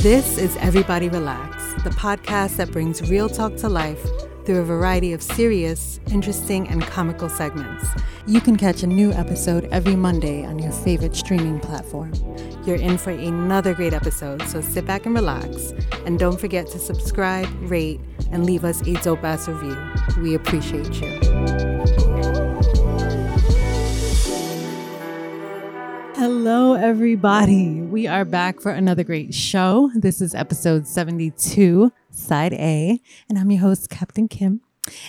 This is Everybody Relax, the podcast that brings real talk to life through a variety of serious, interesting, and comical segments. You can catch a new episode every Monday on your favorite streaming platform. You're in for another great episode, so sit back and relax. And don't forget to subscribe, rate, and leave us a dope ass review. We appreciate you. Hello, everybody. We are back for another great show. This is episode 72, Side A, and I'm your host, Captain Kim.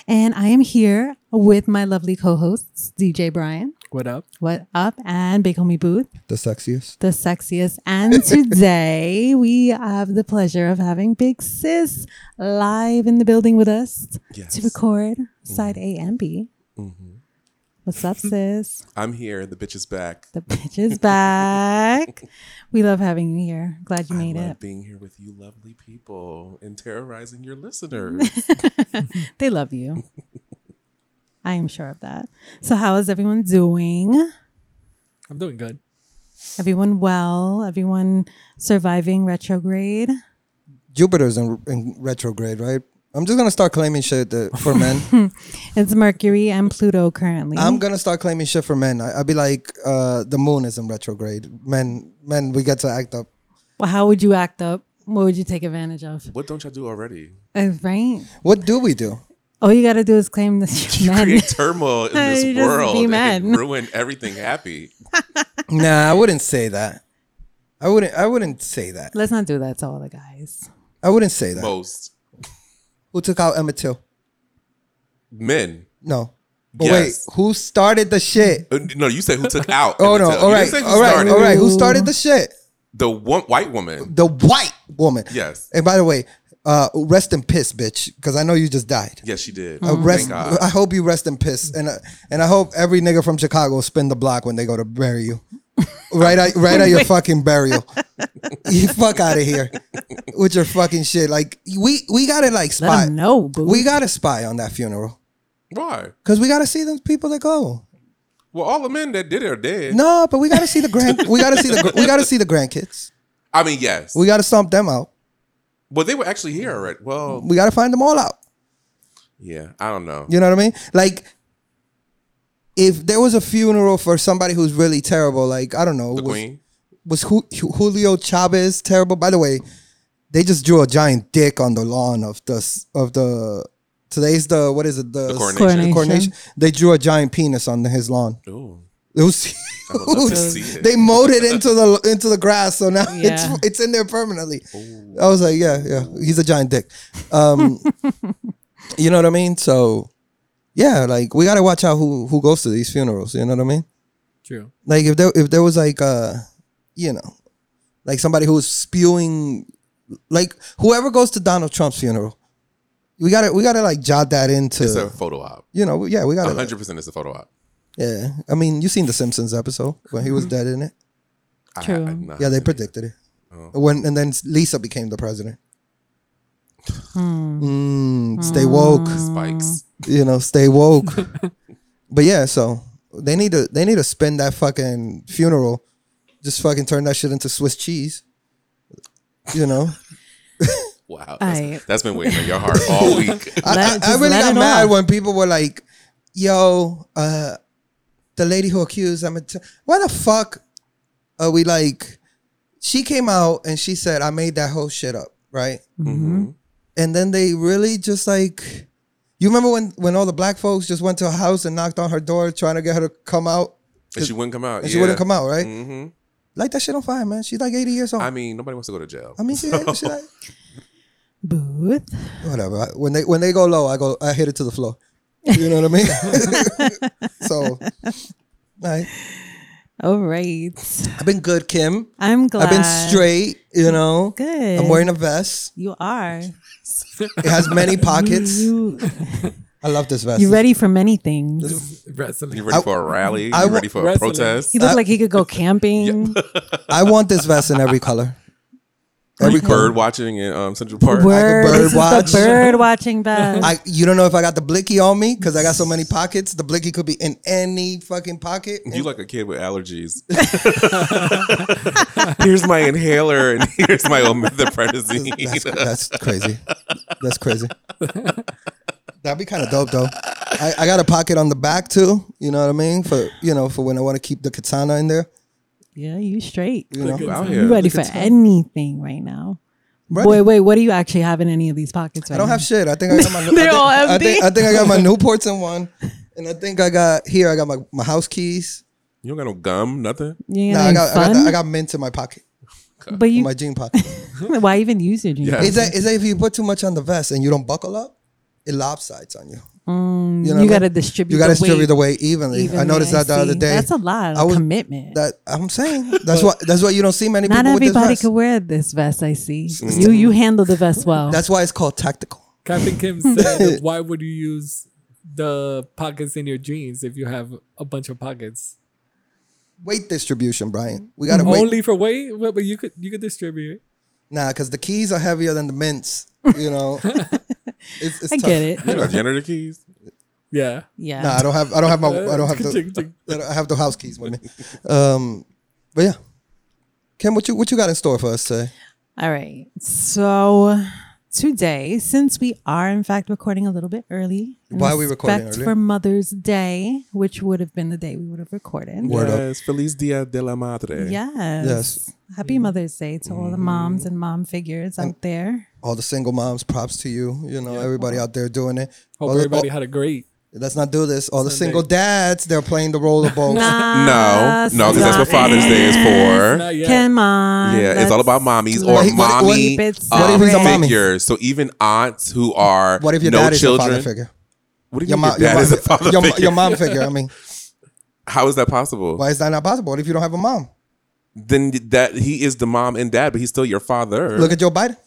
And I am here with my lovely co hosts, DJ Brian, What up? What Up, and Big Homie Booth, The sexiest. the sexiest. And today we have the pleasure of having Big Sis live in the building with us to record Side A and B. What's up, sis? I'm here. The bitch is back. The bitch is back. we love having you here. Glad you made I love it. being here with you lovely people and terrorizing your listeners. They love you. I am sure of that. So, how is everyone doing? I'm doing good. Everyone well? Everyone surviving retrograde? Jupiter's in, in retrograde, right? I'm just gonna start claiming shit that, for men. It's Mercury and Pluto currently. I'm gonna start claiming shit for men. I, I'll be like, uh, the moon is in retrograde. Men, men, we get to act up. well, how would you act up? What would you take advantage of? what don't y'all do already? Uh, right? What do we do? All you got to do is claim that you're men. Create turmoil in this You just be world mad. and ruin everything happy. Nah, I wouldn't say that. I wouldn't. I wouldn't say that. Let's not do that to all the guys. I wouldn't say that. Most Who took out Emmett Till? men. No. But Yes. wait, who started the shit? Uh, No, you said who took out. Oh Emmett no! Till. All You right, didn't say who all right, started. all right. Who started the shit? The one white woman. The white woman. Yes. And by the way, uh, rest in piss, bitch, because I know you just died. Yes, she did. Uh, rest, Thank God. I hope you rest in piss, and uh, and I hope every nigga from Chicago spin the block when they go to bury you, right at right at your fucking burial. you fuck out of here with your fucking shit. Like we we gotta like Let 'em spy. know, boo. We gotta spy on that funeral Why? because we gotta see those people that go. Well, all the men that did it are dead. No, but we gotta see the grand. we gotta see the gr- we gotta see the grandkids. I mean, yes. We gotta stomp them out. well, they were actually here already. Well, We gotta find them all out. yeah. I don't know. You know what I mean? Like, if there was a funeral for somebody who's really terrible, like I don't know, The was, queen. was Ju- Ju- Julio Chavez terrible? By the way, they just drew a giant dick on the lawn of the s- of the today's the what is it the, The s- coronation. Oh. the coronation. They drew a giant penis on his lawn. Ooh. It was would love to huge. see it. They mowed it into the into the grass, so now Yeah. it's it's in there permanently. Oh. I was like, yeah, yeah, he's a giant dick. Um, you know what I mean? So, yeah, like we gotta watch out who who goes to these funerals. You know what I mean? True. Like if there if there was like uh, you know, like somebody who's spewing, like whoever goes to Donald Trump's funeral, we gotta we gotta like jot that into It's a photo op. you know yeah we gotta 100% it's a photo op. yeah. I mean, you seen the Simpsons episode when he was dead in it. I- True. I'm not- Yeah, they predicted it. When and then Lisa became the president. Mm, stay woke, Spikes. you know. Stay woke. but yeah, so they need to they need to spend that fucking funeral, just fucking turn that shit into Swiss cheese. You know, Wow. Aight. That's, that's been waiting on your heart all week. I, Let- I- I just really let got it mad off. when people were like, "Yo, uh, the lady who accused I'm a t- why the fuck are we like?" She came out and she said, "I made that whole shit up," right? Mm-hmm. And then they really just like, you remember when when all the black folks just went to her house and knocked on her door trying to get her to come out, and she wouldn't come out. and she wouldn't come out, right? hmm Like that shit on fire, man. She's like 80 years old. I i mean, nobody wants to go to jail. mean, she, she like, Booth. whatever. I- When they when they go low, I go I hit it to the floor. You know what I mean? so I, All right. I've been good, Kim. I'm glad. I've been straight, you know. Good. I'm wearing a vest. You are. It has many pockets. You, I love this vest. you ready for many things. You Wrestling. ready I- for a rally? I you wa- ready for a Wrestling. protest? He looked like he could go camping. I want this vest in every color. Every Every bird watching in um, Central Park. Word, Bird, bird this watch. is the bird watching best. I you don't know if I got the blicky on me because I got so many pockets. The blicky could be in any fucking pocket. You like a kid with allergies. here's my inhaler and here's my That's, omethaprednisone. that's crazy. That's crazy. That'd be kind of dope though. I, I got a pocket on the back too. You know what I mean? For you know, for when I want to keep the katana in there. yeah, you straight. You know, You out You here. ready for anything right now? Ready. Boy, wait, what do you actually have in any of these pockets right I don't now? have shit. I think I got my. I They're think- all I empty. think, I think I got my Newports in one, and I think I got here. I got my, my house keys. You don't got no gum, nothing. you ain't Nah, got I any got, I fun. got I got mint in my pocket, but in you, my jean pocket. why even use your jeans? Yeah. Is that is that if you put too much on the vest and you don't buckle up, it lopsides on you. you Mm, you what I gotta mean? distribute You gotta the distribute weight the weight evenly. I evenly, noticed that the other see. day. That's a lot of I was- commitment. That I'm saying. That's why. That's why you don't see many Not people with this everybody vest. could wear this vest. I see you. You handle the vest well. That's why it's called tactical. Captain Kim said, "Why would you use the pockets in your jeans if you have a bunch of pockets? Weight distribution, Brian. We gotta wait. Only for weight? Well, but you could you could distribute. Nah, because the keys are heavier than the mints. You know, it's, it's I tough. get it. You got janitor keys. Yeah. Yeah. Nah, I don't have. I don't have my. I don't have Ching, the. ching. I don't have the house keys with me. Um, but yeah, Kim, what you what you got in store for us today? All right. So today, since we are in fact recording a little bit early, in Why are we recording respect early? for Mother's Day, which would have been the day we would have recorded. Word up. yes, Feliz Dia de la Madre. Yes. Yes. Happy Mother's Day to all the moms and mom figures out there. All the single moms, props to you. You know, everybody out there doing it. Hope All the- everybody all- had a great. let's not do this. All the single dads, they're playing the role of both. No, no, because that's what Father's Day is for. Not yet. Ah, Come on. Yeah, it's all about mommies or What if- what- what mommy if it's um, What if he's a mommy? figures. So even aunts who are What if your no dad is your children. father figure? What do you Your mean mom, your your, dad mom, is a father your, mo- figure? your mom figure. I mean, How is that possible? why is that not possible? What if you don't have a mom? Then that he is the mom and dad, but he's still your father. Look at Joe Biden.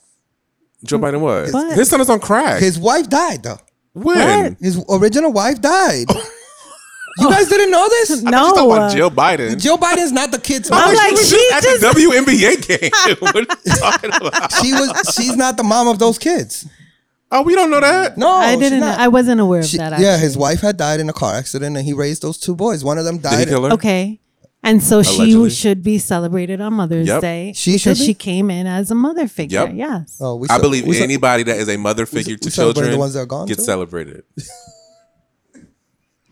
Joe Biden was. What? His son is on crack. His wife died though. when? His original wife died. you guys didn't know this? No. uh, Just talk about Joe Biden. Joe Biden's not the kid's I'm mom. like, She was she just at the WNBA game. what are you talking about? she was. She's not the mom of those kids. Oh, we don't know that. No, I she's didn't. not. I wasn't aware of She- that. yeah, actually. his wife had died in a car accident, and he raised those two boys. One of them Did he died. kill her? Okay. And so she Allegedly. should be celebrated on Mother's Yep. Day. She should because be? she came in as a mother figure. Yep. Yes. Oh, we I cel- believe we cel- anybody that is a mother figure to we celebrate the children ones that are gone, gets too? celebrated.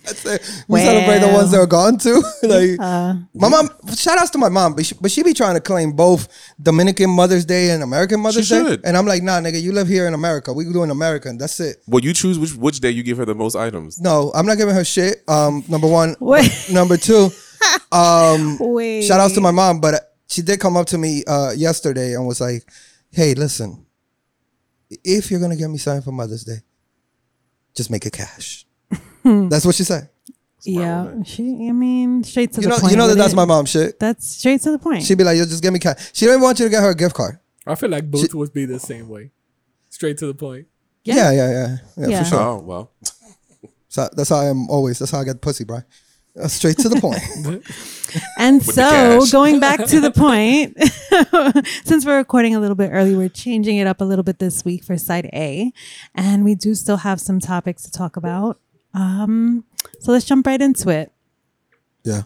that's it. we celebrate the ones that are gone too. like my mom, shout outs to my mom, but she, but she be trying to claim both Dominican Mother's Day and American Mother's Day, should. and I'm like, nah, nigga, you live here in America. We doing America, and that's it. Well, you choose which which day you give her the most items. No, I'm not giving her shit. Um, number one, Wait. number two, Wait. shout outs to my mom, but she did come up to me uh, yesterday and was like, "Hey, listen, if you're gonna get me something for Mother's Day, just make it cash." that's what she said. Yeah. She. I mean, straight to You the know, point. you know that with that's it. my mom shit. That's straight to the point. She'd be like, "Yo, just give me cash." She didn't want you to get her a gift card. I feel like Boots would be the same way. Straight to the point. Yeah. Yeah, yeah, yeah, yeah, Yeah. for sure. Oh well, So that's how I am always. That's how I get pussy, Brian. Uh, straight to the point. And the so, cash. going back to the point, since we're recording a little bit early, we're changing it up a little bit this week for side A, and we do still have some topics to talk about. Um, so let's jump right into it. yeah,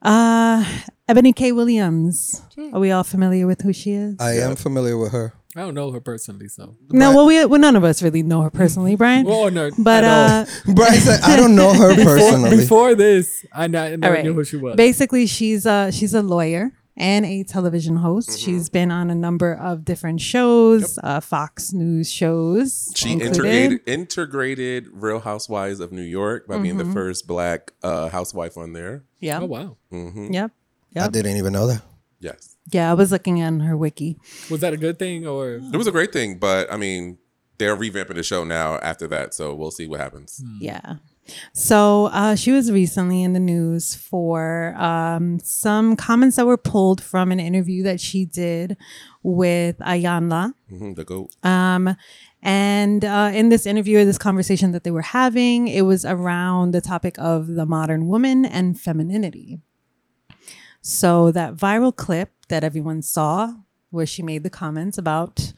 Uh, Ebony K. Williams. Are we all familiar with who she is? Hmm. I am familiar with her. I don't know her personally, so. no, well, we well, none of us really know her personally, Brian. Well, no, but at all. uh, Brian said, "I don't know her personally." before this, I, n- I all never right. knew who she was. Basically, she's a she's a lawyer and a television host. She's been on a number of different shows, uh, Fox News shows. she included. integrated integrated Real Housewives of New York by being Mm-hmm. the first black uh, housewife on there. Yeah. oh wow, Yep. I Yep. didn't even know that. Yes, Yeah, I was looking on her wiki. was that a good thing or? Um, it was a great thing, but I mean, they're revamping the show now after that, so we'll see what happens. Yeah. So uh, she was recently in the news for um, some comments that were pulled from an interview that she did with Ayanla. hmm the goat. Um, and uh, in this interview or this conversation that they were having, it was around the topic of the modern woman and femininity. So that viral clip that everyone saw where she made the comments about,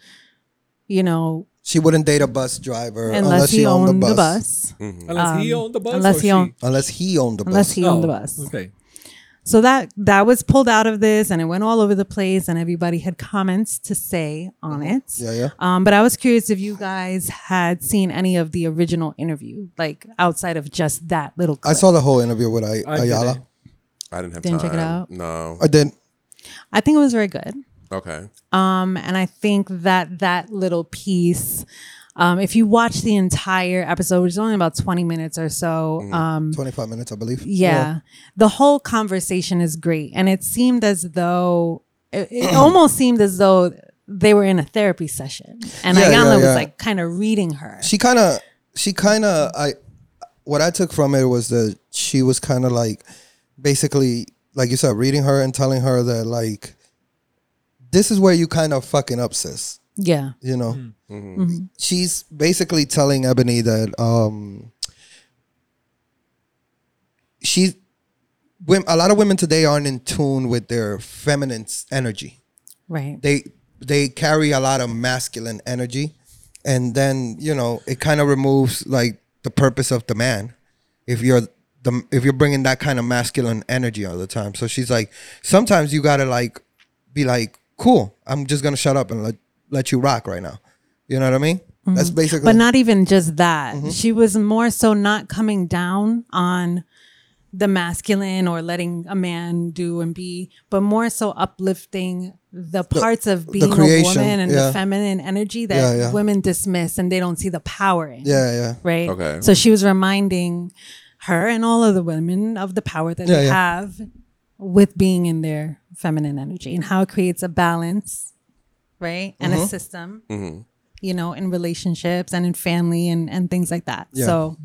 you know, She wouldn't date a bus driver unless, unless, she he owned, owned the, bus. Mm-hmm. Unless he Um, owned the bus. unless or he she- owned- Unless he owned the unless bus. he owned the Oh, bus. Okay. So that that was pulled out of this, and it went all over the place, and everybody had comments to say on it. Mm-hmm. yeah, yeah. Um, but I was curious if you guys had seen any of the original interview, like outside of just that little. I Clip. saw the whole interview with Ay- I did Ayala. it. I didn't have Didn't time. check it out? No. I did. I think it was very good. Okay. Um, and I think that that little piece, um, if you watch the entire episode, which is only about 20 minutes or so, Mm-hmm. um, 25 minutes, I believe. yeah, the whole conversation is great. And it seemed as though, it, it almost seemed as though they were in a therapy session. And Yeah, Ayana yeah, yeah. was like kind of reading her. She kind of, she kind of, I, what I took from it was that she was kind of like, basically, like you said, reading her and telling her that, like, this is where you kind of fucking up, sis. yeah. you know she's basically telling ebony that um she wom- a lot of women today aren't in tune with their feminine s- energy Right. they they carry a lot of masculine energy and then you know it kind of removes like the purpose of the man if you're the if you're bringing that kind of masculine energy all the time so she's like sometimes you gotta like be like cool i'm just gonna shut up and let, let you rock right now you know what i mean that's basically Mm-hmm. But not even just that. Mm-hmm. She was more so not coming down on the masculine or letting a man do and be, but more so uplifting the parts of being a creation, woman and yeah. the feminine energy that Yeah, yeah. women dismiss and they don't see the power in. yeah yeah Right. Okay. So she was reminding her and all of the women of the power that Yeah, they yeah. have with being in their feminine energy and how it creates a balance, right? And a system, you know, in relationships and in family and, and things like that. Yeah. So,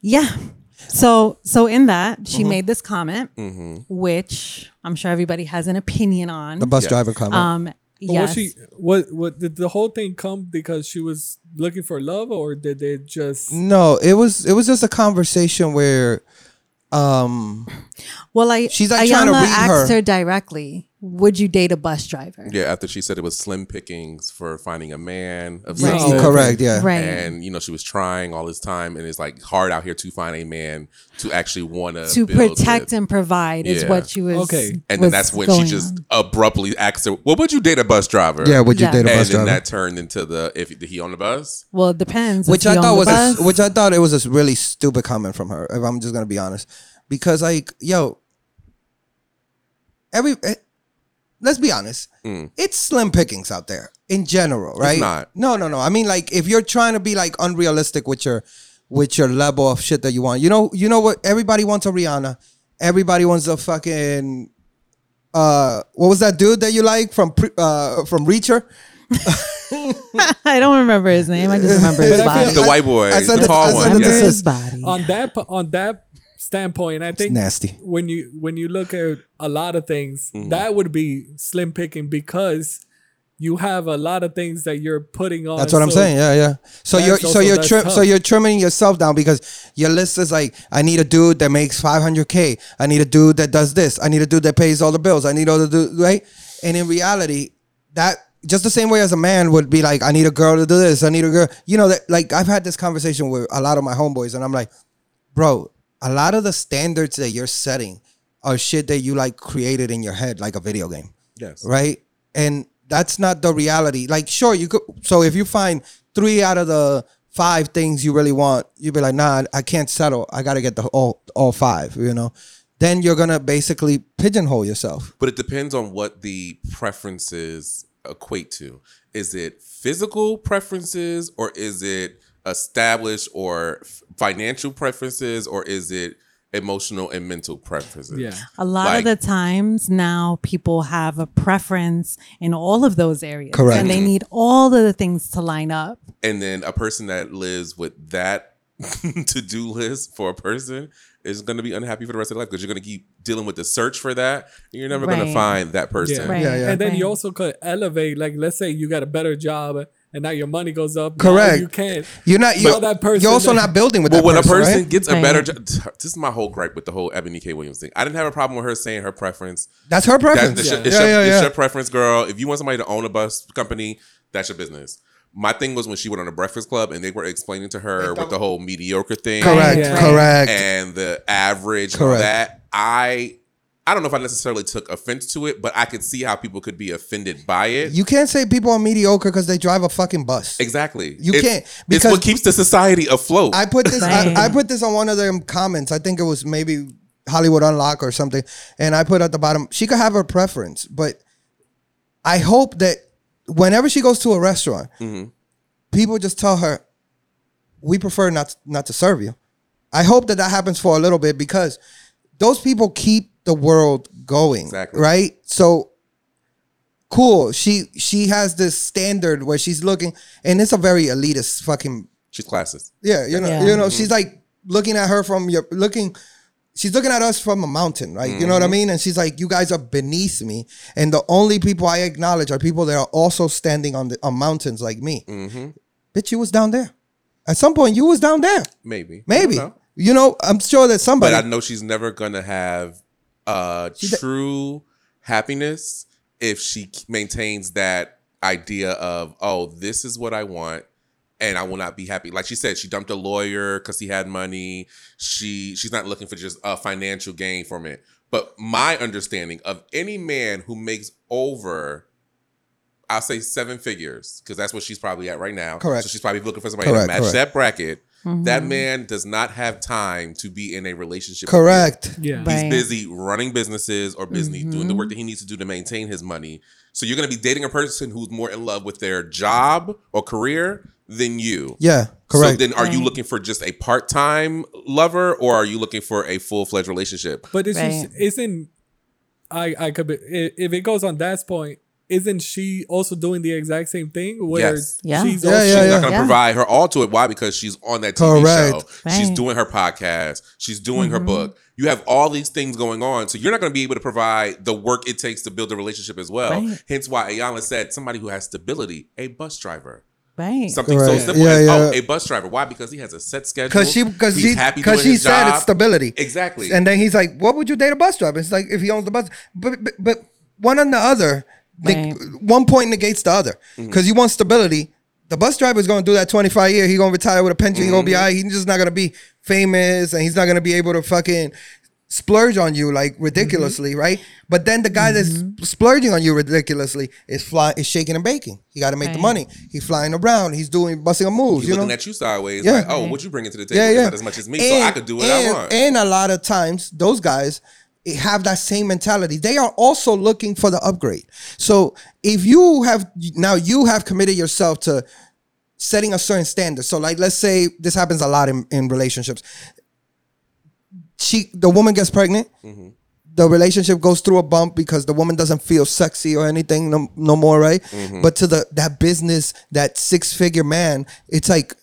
yeah. So, so in that, she made this comment, which I'm sure everybody has an opinion on. the bus driver comment um, But yes. Was she what what did the whole thing come because she was looking for love or did they just no it was it was just a conversation where um Well, I She's, like, trying to Ayana read asked her. her directly, "Would you date a bus driver?" Yeah, after she said it was slim pickings for finding a man of Right. substance. correct yeah Right. And you know she was trying all this time, and it's like hard out here to find a man to actually want to protect and provide is Yeah. what she was. Okay. And was then that's when she going just on. abruptly asked her, "Well, would you date a bus driver?" yeah would you Yeah. date a and bus then driver that turned into the if did he on the bus? Well, it depends. which I thought was a s- bus. which I thought it was a really stupid comment from her. If I'm just gonna be honest, because like yo, every eh, let's be honest, it's slim pickings out there in general, right? not. No, no, no. I mean, like if you're trying to be like unrealistic with your with your level of shit that you want, you know, you know what? Everybody wants a Rihanna. Everybody wants a fucking. Uh, what was that dude that you like from pre, uh from Reacher? I don't remember his name. I just remember his But I feel- body. Uh, The white boy, I said the that- I tall said I one. that remember yeah. this his body. on that p- on that standpoint I think Nasty. Mm. when you when you look at a lot of things that would be slim picking because you have a lot of things that you're putting on That's what I'm so- saying. Yeah, yeah. So That's you're so also- you're that's trim, tough. so you're trimming yourself down because your list is like, I need a dude that makes 500k. I need a dude that does this. I need a dude that pays all the bills. I need all the dude right. And in reality, that just the same way as a man would be like, I need a girl to do this. I need a girl. You know that like I've had this conversation with a lot of my homeboys, and I'm like, bro, a lot of the standards that you're setting are shit that you like created in your head like a video game Yes. right? And that's not the reality. Like, sure, you could. So if you find three out of the five things you really want, you'd be like, nah, I can't settle. I got to get the all all five. You know, then you're gonna basically pigeonhole yourself. But it depends on what the preferences equate to. Is it physical preferences or is it established or f- financial preferences or is it emotional and mental preferences? Yeah. A lot of Like- the times now, people have a preference in all of those areas, Correct. And they need all of the things to line up. And then a person that lives with that to do list for a person is going to be unhappy for the rest of their life because you're going to keep dealing with the search for that. And you're never going Right. to find that person. Yeah. Right. Yeah, yeah. And then right. you also could elevate, like let's say you got a better job and now your money goes up. No, Correct. you can't. You're not. You're You're, that person. you're also that- not building with Well, that when person, a person right? gets a Right. better job, this is my whole gripe with the whole Ebony K. Williams thing. I didn't have a problem with her saying her preference. That's her That's preference. it's, your, yeah, it's, your, yeah, it's yeah. your preference, girl. If you want somebody to own a bus company, that's your business. My thing was when she went on a Breakfast Club and they were explaining to her with the whole mediocre thing Correct. Yeah. Correct. and the average and all Correct. that. I I don't know if I necessarily took offense to it, but I could see how people could be offended by it. you can't say people are mediocre because they drive a fucking bus. exactly. You It's- can't, It's because- what keeps the society afloat. I put this. Right. I, I put this on one of them comments. I think it was maybe Hollywood Unlock or something. And I put at the bottom, she could have her preference, but I hope that whenever she goes to a restaurant, people just tell her, "We prefer not not to serve you." I hope that that happens for a little bit because those people keep the world going, Exactly. right? So cool. She she has this standard where she's looking, and it's a very elitist fucking She's classes. yeah, you know, Yeah. you know, she's like looking at her from your looking. She's looking at us from a mountain, right? You know Mm-hmm. what I mean? And she's like, "You guys are beneath me, and the only people I acknowledge are people that are also standing on the on mountains like me." Mm-hmm. Bitch, you was down there. At some point, you was down there. Maybe. I don't Maybe know. you know. I'm sure that but somebody. I know she's never gonna have uh true happiness if she k- maintains that idea of oh this is what I want and I will not be happy. Like she said, she dumped a lawyer because he had money. She she's not looking for just a financial gain from it. But my understanding of any man who makes over I'll say seven figures because that's what she's probably at right now. Correct. So she's probably looking for somebody Correct, to match correct. that bracket. Mm-hmm. Mm. That man does not have time to be in a relationship. with you. correct. Yeah. But- He's Right. busy running businesses or busy doing the work that he needs to do to maintain his money. So you're going to be dating a person who's more in love with their job or career than you. Yeah, So correct. then, are you Right. looking for just a part time lover or are you looking for a full fledged relationship? But it's Right. just, isn't I I could be i- if it goes on that point, isn't she also doing the exact same thing where Yes. Yeah. she's Yeah, also yeah, She's yeah. not going to Yeah. provide her all to it. Why? Because she's on that TV Correct. show. She's Right. Mm-hmm. doing her podcast. She's doing her book. You have all these things going on. So you're not going to be able to provide the work it takes to build a relationship as well. Right. Hence why Ayala said somebody who has stability, a bus driver. Right. Something so Correct. simple Yeah, as, oh, yeah. a bus driver. Why? Because he has a set schedule. Because she because He's she happy because doing she his said job. it's stability. Exactly. And then he's like, "What would you date a bus driver?" It's like if he owns the bus, but but, but one and the other, the- Right. one point negates the other Mm-hmm. because you want stability. The bus driver is going to do that twenty five year. He going to retire with a pension. He going to be all Mm-hmm. right. He's just not going to be famous, and he's not going to be able to fucking splurge on you like Mm-hmm. ridiculously, right? But then the guy that's splurging on you ridiculously is fly is shaking and baking. He got to make the Right. money. He's flying around. He's doing busting a move. He's you looking know? at you sideways, Yeah. like, oh, what you bringing to the table? is Not as much as me, so I could do what I and- want. And a lot of times, those guys eh, have that same mentality. They are also looking for the upgrade. So if you have now, you have committed yourself to setting a certain standard. So, like, let's say this happens a lot in, in relationships. She, the woman gets pregnant. The relationship goes through a bump because the woman doesn't feel sexy or anything no, no more, right? But to the that business, that six figure man, it's like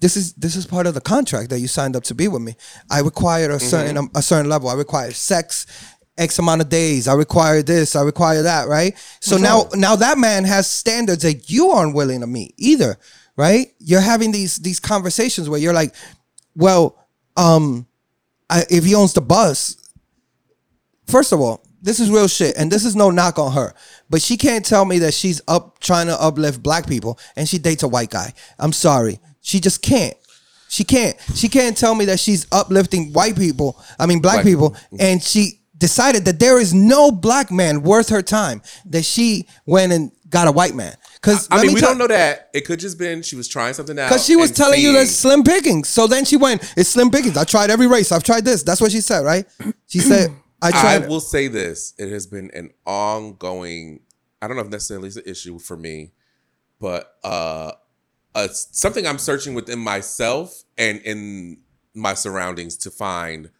this is this is part of the contract that you signed up to be with me. I require a certain um, a certain level. I require sex, x amount of days. I require this. I require that. Right. So now now that man has standards that you aren't willing to meet either. Right. You're having these these conversations where you're like, well, um, I, if he owns the bus, first of all, this is real shit, and this is no knock on her, but she can't tell me that she's up trying to uplift black people and she dates a white guy. I'm sorry, she just can't. She can't. She can't tell me that she's uplifting white people. I mean, black, Black Mm-hmm. people, and she decided that there is no black man worth her time that she went and got a white man. Because I mean, we don't know that. It could just been she was trying something out. because she was and telling you that slim seeing- pickings. So then she went, it's slim pickings. I tried every race. I've tried this. That's what she said, right? She said, I I tried. will say this: it has been an ongoing. I don't know if necessarily it's an issue for me, but uh, uh something I'm searching within myself and in my surroundings to find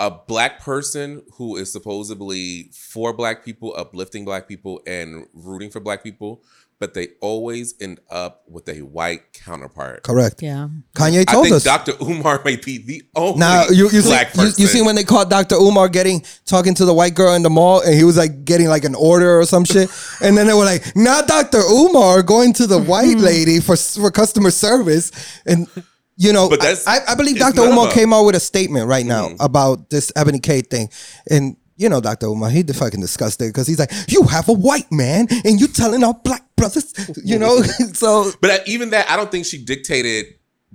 a black person who is supposedly for black people, uplifting black people, and rooting for black people, but they always end up with a white counterpart. Correct. Yeah. Kanye I told think us. Dr. Umar may be the only now you you see, black you, person. you see when they caught Dr. Umar getting talking to the white girl in the mall and he was like getting like an order or some shit and then they were like not Dr. Umar going to the white Hmm. lady for for customer service and you know But that's- I, I believe it's Dr. none Umar about- Hmm. came out with a statement right now about this Ebony K thing and you know Dr. Umar he fucking disgusted because he's like you have a white man and you telling our black brothers you know so But uh, even that, I don't think she dictated.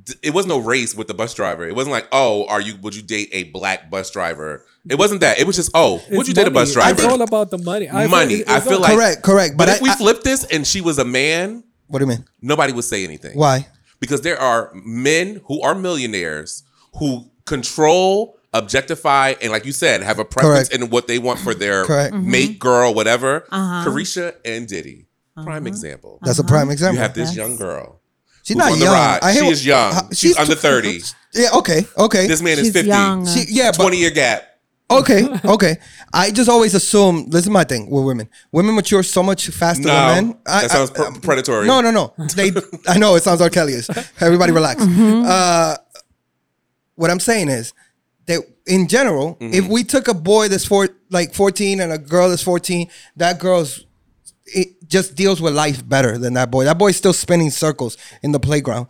th- It was no race with the bus driver. It wasn't like, oh, are you? Would you date a black bus driver? It wasn't that. It was just, oh, would you date a bus driver? It's all about the money. Money. I feel like Correct, correct. But, But if I- we I- flip this and she was a man, what do you mean nobody would say anything. why Because there are men who are millionaires who control, objectify, and like you said, have a preference Correct. in what they want for their Correct. Mhm. Mm-hmm. mate, girl, whatever. Uh-huh. Carisha and Diddy, prime example. that's a prime example You have this Yes. young girl. She's who's not on the young. ride. I hear She what- is young. how- She's under 30. Yeah. Okay. Okay. This man is She's 50. young. she, yeah. But, Twenty year gap. okay. Okay. I just always assume. This is my thing with women. Women mature so much faster No, than men. I, that sounds I- pre- um, predatory. No, no, no. They. I know it sounds R. Kelly-ish. Everybody relax. Uh, what I'm saying is that in general, Mm-hmm. if we took a boy that's four, like 14 and a girl that's 14, that girl's it just deals with life better than that boy. That boy's still spinning circles in the playground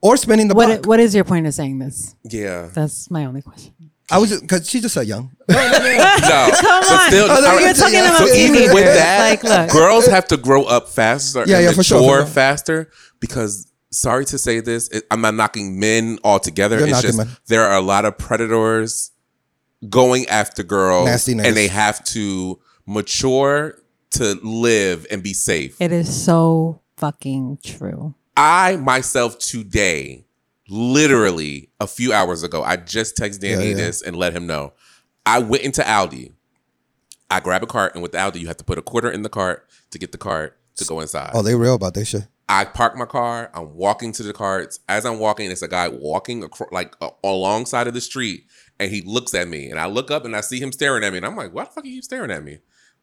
or spinning the block. What What is your point of saying this? Yeah. That's my only question. I was because she's just so young. No. Come But on. still, Oh, all you're right. talking about so the even with teenagers. that, Like, look. girls have to grow up faster Yeah, and yeah, mature for sure, for sure. faster because sorry to say this, it, I'm not knocking men altogether. You're it's knocking just men. there are a lot of predators going after girls Nasty niggas. and they have to mature to live and be safe. It is so fucking true. I myself today, literally a few hours ago, I just texted Danny Yeah, yeah. this and let him know. I went into Aldi. I grab a cart, and with Aldi, you have to put a quarter in the cart to get the cart to go inside. Oh, they real about this shit. I park my car. I'm walking to the carts. As I'm walking, it's a guy walking across, like a- alongside of the street, and he looks at me. And I look up and I see him staring at me, and I'm like, "Why the fuck are you staring at me?"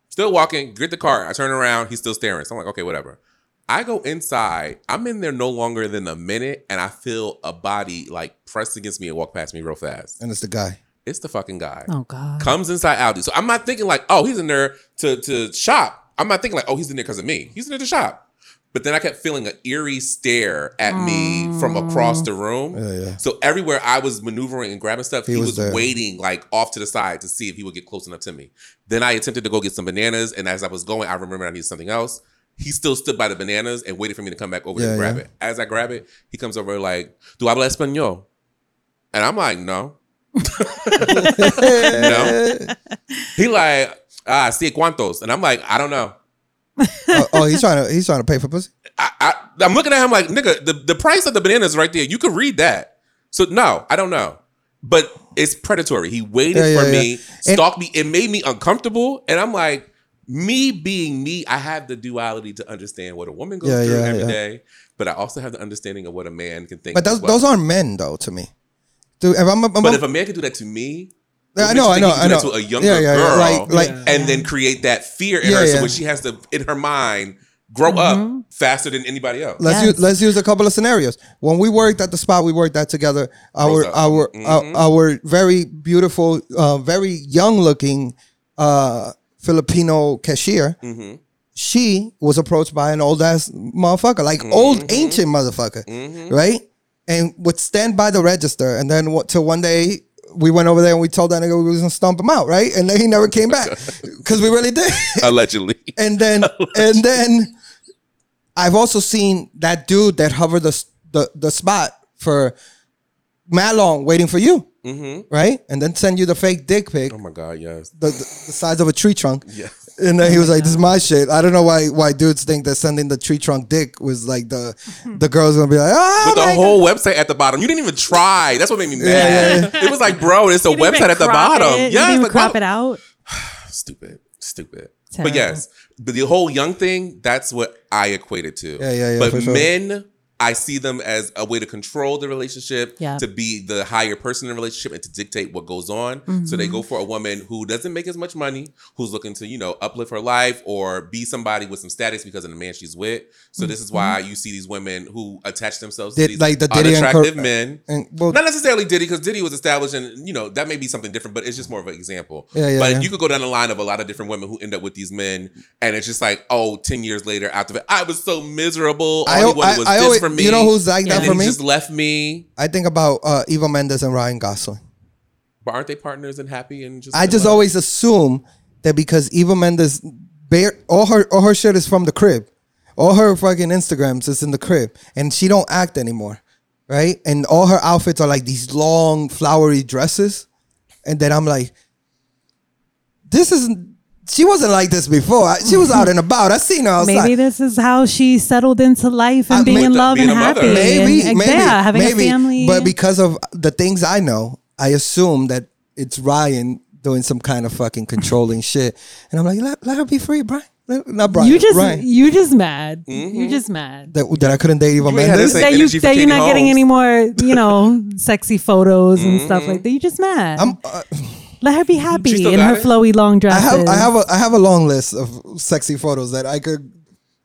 Still walking. Get the cart. I turn around. He's still staring. So I'm like, "Okay, whatever." I go inside. I'm in there no longer than a minute, and I feel a body like pressed against me and walk past me real fast. And it's the guy. It's the fucking guy Oh God. comes inside Aldi. So I'm not thinking like, oh, he's in there to to shop. I'm not thinking like, oh, he's in there because of me. He's in there to shop. But then I kept feeling an eerie stare at me from across the room. Yeah, yeah. So everywhere I was maneuvering and grabbing stuff, he, was was, there. waiting like off to the side to see if he would get close enough to me. Then I attempted to go get some bananas, and as I was going, I remembered I needed something else. He still stood by the bananas and waited for me to come back over Yeah, and grab yeah. it. As I grab it, he comes over like, "Do habla español?" And I'm like, "No." no. He like, ah, see cuantos. And I'm like, I don't know. oh, oh, he's trying to he's trying to pay for pussy. I, I I'm looking at him like, nigga, the, the price of the banana is right there. You could read that. So no, I don't know. But it's predatory. He waited Yeah, for yeah, me, And- stalked me. It made me uncomfortable. And I'm like, me being me, I have the duality to understand what a woman goes Yeah, through yeah, every day, yeah. but I also have the understanding of what a man can think. But those as well. those aren't men though to me. Dude, if I'm, a- I'm But a- if a man can do that to me, Yeah, I it know, I makes you know, think I he can know. do that To a younger Yeah, yeah, yeah. girl, Like- like- and then create that fear in Yeah, her. So yeah. Mm-hmm. when she has to, in her mind, grow up faster than anybody else. let's Yes. use let's use a couple of scenarios. When we worked at the spot, we worked at together. Our Rosa. our our, our very beautiful, uh, very young looking uh, Filipino cashier. She was approached by an old ass motherfucker, like old ancient motherfucker, right? And would stand by the register, and then what, till one day. We went over there and we told that nigga we was gonna stomp him out, right? And then he never came back because we really did. Allegedly, and then and then I've also seen that dude that hovered the s- the, the spot for mad long waiting for you, right? And then send you the fake dick pic, Mm-hmm. oh my god, yes, the, the, the size of a tree trunk. yes. And then he was like, "This is my shit." I don't know why why dudes think that sending the tree trunk dick was like the the girl's gonna be like, "Oh With the my whole website at the bottom, you didn't even try. That's what made me mad. It was like, bro, it's a You didn't even website at the crop it. bottom. Yeah, you didn't even like, crop why- it out. Stupid, stupid. But Terrible. yes, but the whole young thing—that's what I equate it to. Yeah, yeah, yeah, But for sure. men, I see them as a way to control the relationship, Yeah. to be the higher person in the relationship, and to dictate what goes on. So Mm-hmm. they go for a woman who doesn't make as much money, who's looking to, you know, uplift her life or be somebody with some status because of the man she's with. So this is why you see these women who attach themselves Did- to these Mm-hmm. like the Diddy and unattractive Cor- men. And well, Not necessarily Diddy, because Diddy was established, and you know that may be something different, but it's just more of an example. Yeah, yeah, but yeah. you could go down the line of a lot of different women who end up with these men, and it's just like, oh, 10 years later after that, I was so miserable. All I, he I, wanted was I this always, for me. you know who's like and that then for he me? just left me. I think about uh, Eva Mendes and Ryan Gosling. But aren't they partners and happy and just? I in just love? always assume that because Eva Mendes, bare, all her all her shit is from the crib, all her fucking Instagrams is in the crib, and she don't act anymore, right? And all her outfits are like these long flowery dresses, and then I'm like, this isn't. She wasn't like this before. I- She was out and about. I seen her outside. Maybe this is how she settled into life and I- being in Maybe- love being and a happy. mother. and- maybe, and, maybe, yeah, having maybe. a family. But because of the things I know, I assume that it's Ryan doing some kind of fucking controlling shit, and I'm like, let, let her be free, Brian. Let- not Brian. you just Brian. you just mad. You just mad. That, that I couldn't date Eva You ain't had Mendes. the same That you energy for that you're Katie not getting Holmes. any more, you know, sexy photos and stuff like that. You just mad. I'm, uh, Let her be She happy still in got her it? flowy long I dresses. have I have a I have a long list of sexy photos that I could,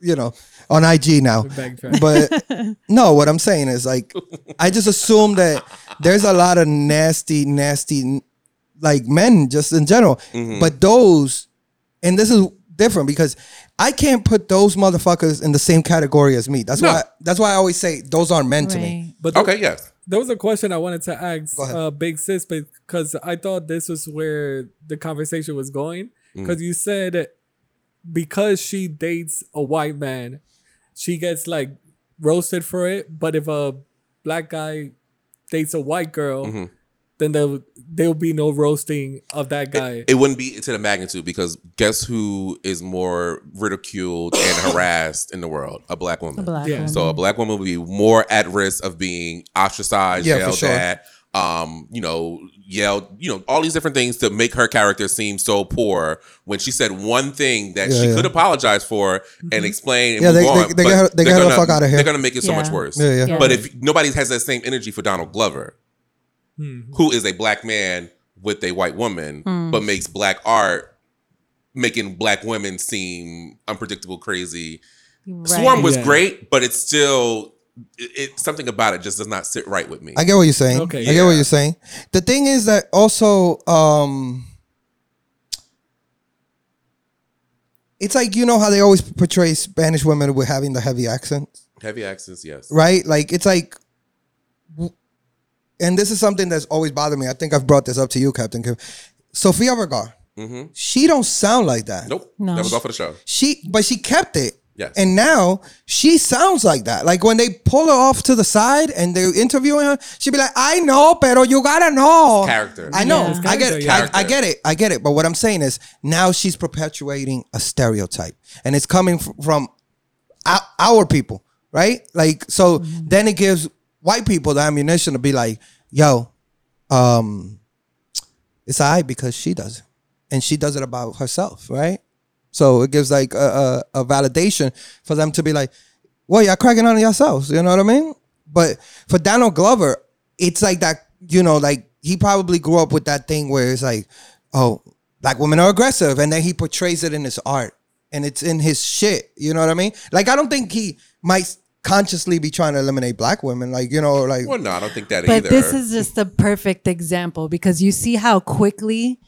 you know, on IG now. Bag fact. But no, what I'm saying is like I just assume that there's a lot of nasty, nasty like men just in general. But those and this is different because I can't put those motherfuckers in the same category as me. That's why that's why I always say those aren't men to me. Right. But Okay, yes. there was a question I wanted to ask ahead. uh, Big Sis because I thought this was where the conversation was going. Mm. Because you said because she dates a white man, she gets like roasted for it. But if a black guy dates a white girl, Mm-hmm. then there there will be no roasting of that guy. It wouldn't be to the magnitude because guess who is more ridiculed and harassed in the world? A black woman. A black Yeah. woman. So a Mm-hmm. black woman would be more at risk of being ostracized, Yeah, for yelled sure. at, um, you know, yelled, you know, all these different things to make her character seem so poor when she said one thing that Yeah, she yeah. could apologize for and explain and Yeah, move they- on. they- they but got her- they they're got her the gonna- fuck outta here. They're gonna make it so much Yeah. worse. Yeah, yeah. Yeah. But if nobody has that same energy for Donald Glover, Hmm. who is a black man with a white woman, but makes black art, making black women seem unpredictable, crazy. Swarm was Yeah. great, but it's still it, it something about it just does not sit right with me. I get what you're saying. Okay. I get what Yeah. you're saying. The thing is that also, um, it's like you know how they always portray Spanish women with having the heavy accent, Heavy accents, yes. right? Like it's like, and this is something that's always bothered me. I think I've brought this up to you, Captain Kim. Sofia Vergara, she don't sound like that. Mm-hmm. Nope. No. That was all for the show. She, but she kept it. Yes. And now she sounds like that. Like when they pull her off to the side and they're interviewing her, she'd be like, "I know, pero you gotta know Character. Oh, I know. Yeah. I get it. Character, I, yeah. I get it. I get it. But what I'm saying is now she's perpetuating a stereotype, and it's coming fr- from ou- our people, right? Like so. Then it gives white people the ammunition to be like, "Yo, um, it's I because she does it, and she does it about herself, right?" So it gives like a, a, a validation for them to be like, well, y'all cracking on yourselves. You know what I mean? But for Donald Glover, it's like that, you know, like he probably grew up with that thing where it's like, oh, black women are aggressive. And then he portrays it in his art and it's in his shit. You know what I mean? Like, I don't think he might consciously be trying to eliminate black women. Like, you know, like, Well, no, I don't think that But either. this is just a perfect example because you see how quickly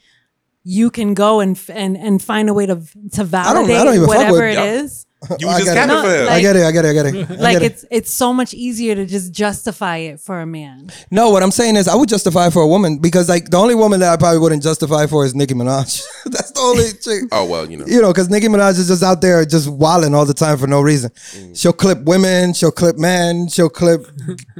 you can go and f- and and find a way to to validate even fuck whatever with- it is. Yeah. I you was get it. just capping No, for him. like- I get it. I get it. I get it. I Like get it. it's it's so much easier to just justify it for a man. No, what I'm saying is I would justify for a woman because like the only woman that I probably wouldn't justify for is Nicki Minaj. That's the only chick. oh well, you know. You know, because Nicki Minaj is just out there just wilding all the time for no reason. She'll clip women, she'll clip men, she'll clip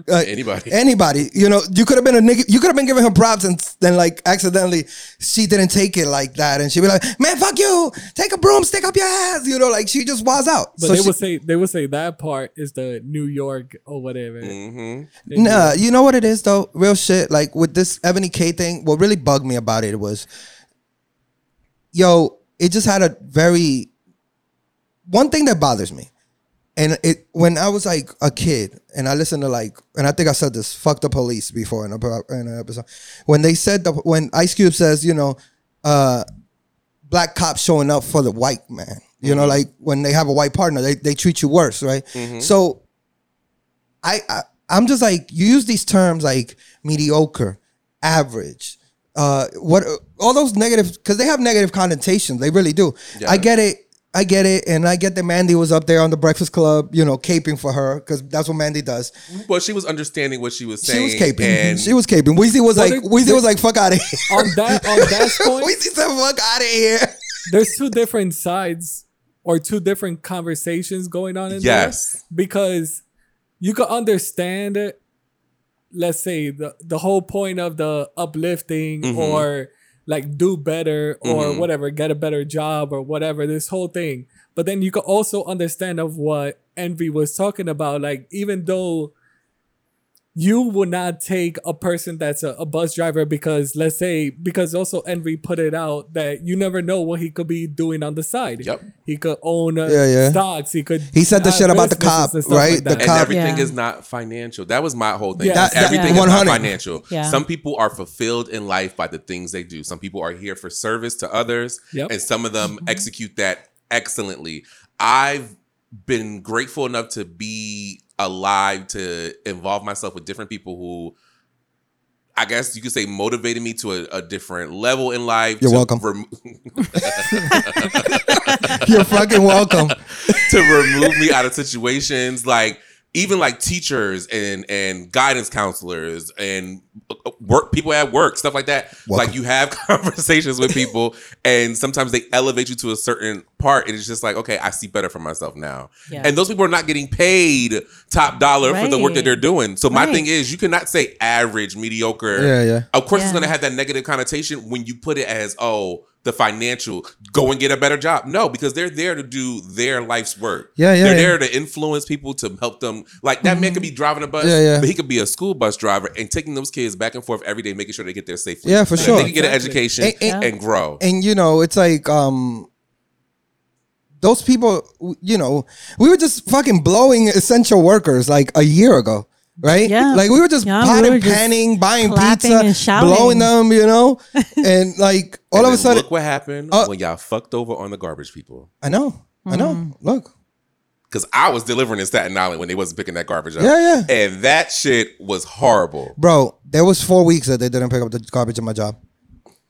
uh, Anybody. Anybody. You know, you could have been a Nicki, you could have been giving her props and then like accidentally she didn't take it like that, and she'd be like, "Man, fuck you! Take a broom, stick up your ass!" You know, like she just was out. but So they she- would say they would say that part is the New York or whatever. Mm. Nah, you know what it is though? Real shit. Like with this Ebony K thing, what really bugged me about it was, yo, it just had a very one thing that bothers me. And it when I was like a kid, and I listened to like, and I think I said this, "fuck the police" before in a pro- in an episode. When they said the when Ice Cube says, you know, uh, black cops showing up for the white man, you know, like when they have a white partner, they they treat you worse, right? So, I, I I'm just like you use these terms like mediocre, average, uh, what all those negative because they have negative connotations. They really do. Yeah. I get it. I get it, and I get that Mandy was up there on the Breakfast Club, you know, caping for her because that's what Mandy does. Well, she was understanding what she was She saying. was caping. and- she was caping. Weezy was Well, like, they- Weezy they- was like, "Fuck out of here." on that on that point, Weezy said, "Fuck out of here." there's two different sides or two different conversations going on in Yes. there because you can understand let's say the, the whole point of the uplifting or like do better or whatever get a better job or whatever this whole thing but then you can also understand of what envy was talking about like even though you would not take a person that's a, a bus driver because let's say because also envy put it out that you never know what he could be doing on the side Yep. he could own uh, Yeah, yeah. stocks he could He said the have shit about the businesses cop, and stuff right? like The that. and cop- everything Yeah. is not financial. That was my whole thing. Yeah. That- That- everything yeah. is not 100. financial. Yeah. Some people are fulfilled in life by the things they do. Some people are here for service to others, Yep. and some of them execute that excellently. I've been grateful enough to be alive to involve myself with different people who I guess you could say motivated me to a, a different level in life. You're to welcome. rem- You're fucking welcome. to remove me out of situations like even like teachers and and guidance counselors and uh, work people at work stuff like that Welcome. like you have conversations with people and sometimes they elevate you to a certain part and it's just like okay i see better for myself now Yeah. and those people are not getting paid top dollar for the work that Right. they're doing so my Right. thing is you cannot say average mediocre Yeah, yeah. of course it's Yeah. going to have that negative connotation when you put it as oh the financial go and get a better job no because they're there to do their life's work Yeah, yeah, they're yeah. there to influence people to help them like that man could be driving a bus Yeah, yeah. but he could be a school bus driver and taking those kids back and forth every day making sure they get there safely Yeah, for So sure. they can get an Exactly. education And- and, and- grow and you know it's like um those people w- you know we were just fucking blowing essential workers like a year ago right Yeah. like we were just Yeah, we potting were just panning buying clapping pizza and shouting. blowing them you know and like all And of a then sudden look what happened Uh, when y'all fucked over on the garbage people i know i know Mm-hmm. look because i was delivering in staten island when they wasn't picking that garbage up Yeah, yeah. and that shit was horrible bro there was four weeks that they didn't pick up the garbage at my job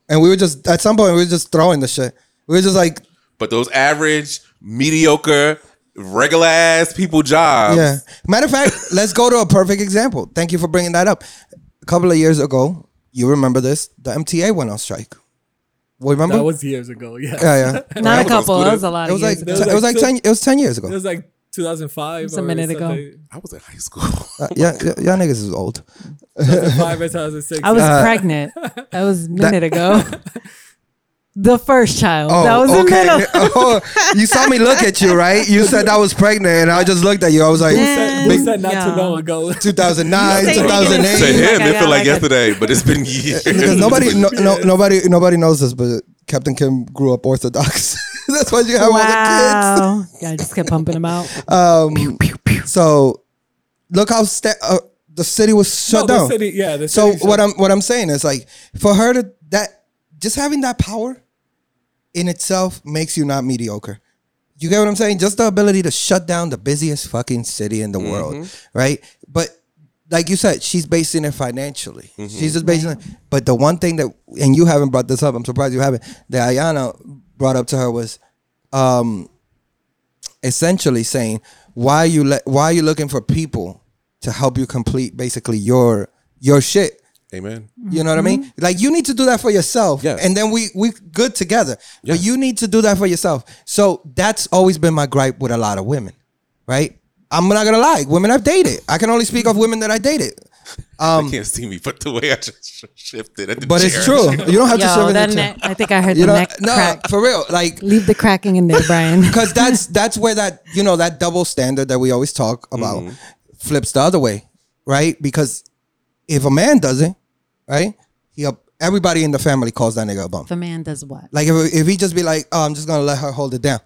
and we were just at some point we were just throwing the shit we were just like But those average, mediocre, regular ass people jobs. Yeah. Matter of fact, let's go to a perfect example. Thank you for bringing that up. A couple of years ago, you remember this? The MTA went on strike. Well, remember? that was years ago yeah yeah, yeah. Not That a was on couple. Scooter. That was a lot It was of like years. it ago. was was like like two- ten. It was ten years ago. It was like 2005. a or minute ago. something. I was in high school. Uh, yeah, y- y'all niggas is old. 2005 or 2006. I was uh, pregnant. That was a minute ago. The first child. that was a minute. oh, you saw me look at you, right? You said I was pregnant, and I just looked at you. I was like, Yeah. said, who said not too Yeah. long ago. 2009, You say- 2008. to Like him, I it got felt like like a- yesterday, but it's been years. because nobody, no, no, nobody, nobody knows this, but Captain Kim grew up Orthodox. That's why you have all the kids. Wow. Yeah, I just kept pumping them out. So look how sta- uh, the city was No, shut the down. city- yeah, the so city shut- what I'm what I'm saying is like for her to that just having that power in itself makes you not mediocre. You get what I'm saying? Just the ability to shut down the busiest fucking city in the world, right? But like you said, she's basing it financially. She's just basing it. But the one thing that and you haven't brought this up, I'm surprised you haven't. That Ayana brought up to her was essentially saying why are you le- why are you looking for people to help you complete basically your your shit Amen. you know what I mean? Like you need to do that for yourself, Mm-hmm. Yes. and then we we good together. But Yes. you need to do that for yourself. So that's always been my gripe with a lot of women, right? I'm not gonna lie, women I've dated. I can only speak of women that I dated, they can't see me, but the way I just sh- shifted at the Um, but chair. it's true. You don't have to Yo, serve that it. neck, I think I heard the You know, neck no, crack. for real, like Leave the cracking in there, Brian. because that's that's where that you know that double standard that we always talk about flips the other way, right? Because if a man does it, right, he up, everybody in the family calls that nigga a bum. If a man does what? Like if if he just be like, oh, I'm just gonna let her hold it down,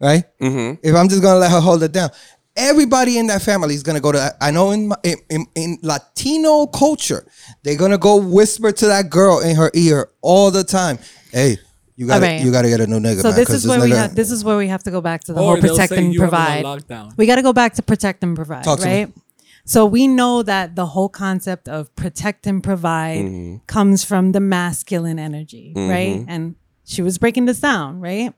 right? If I'm just gonna let her hold it down, everybody in that family is gonna go to. That. I know in, my, in in Latino culture, they're gonna go whisper to that girl in her ear all the time. Hey, you gotta Okay. you gotta get a new nigga. So man, this 'cause is where we nigga- have this is where we have to go back to the Or whole they'll protect say and you have them provide. on lockdown. We got to go back to protect and provide, Talk to me. right? So we know that the whole concept of protect and provide Mm-hmm. comes from the masculine energy, right? And she was breaking this down, right?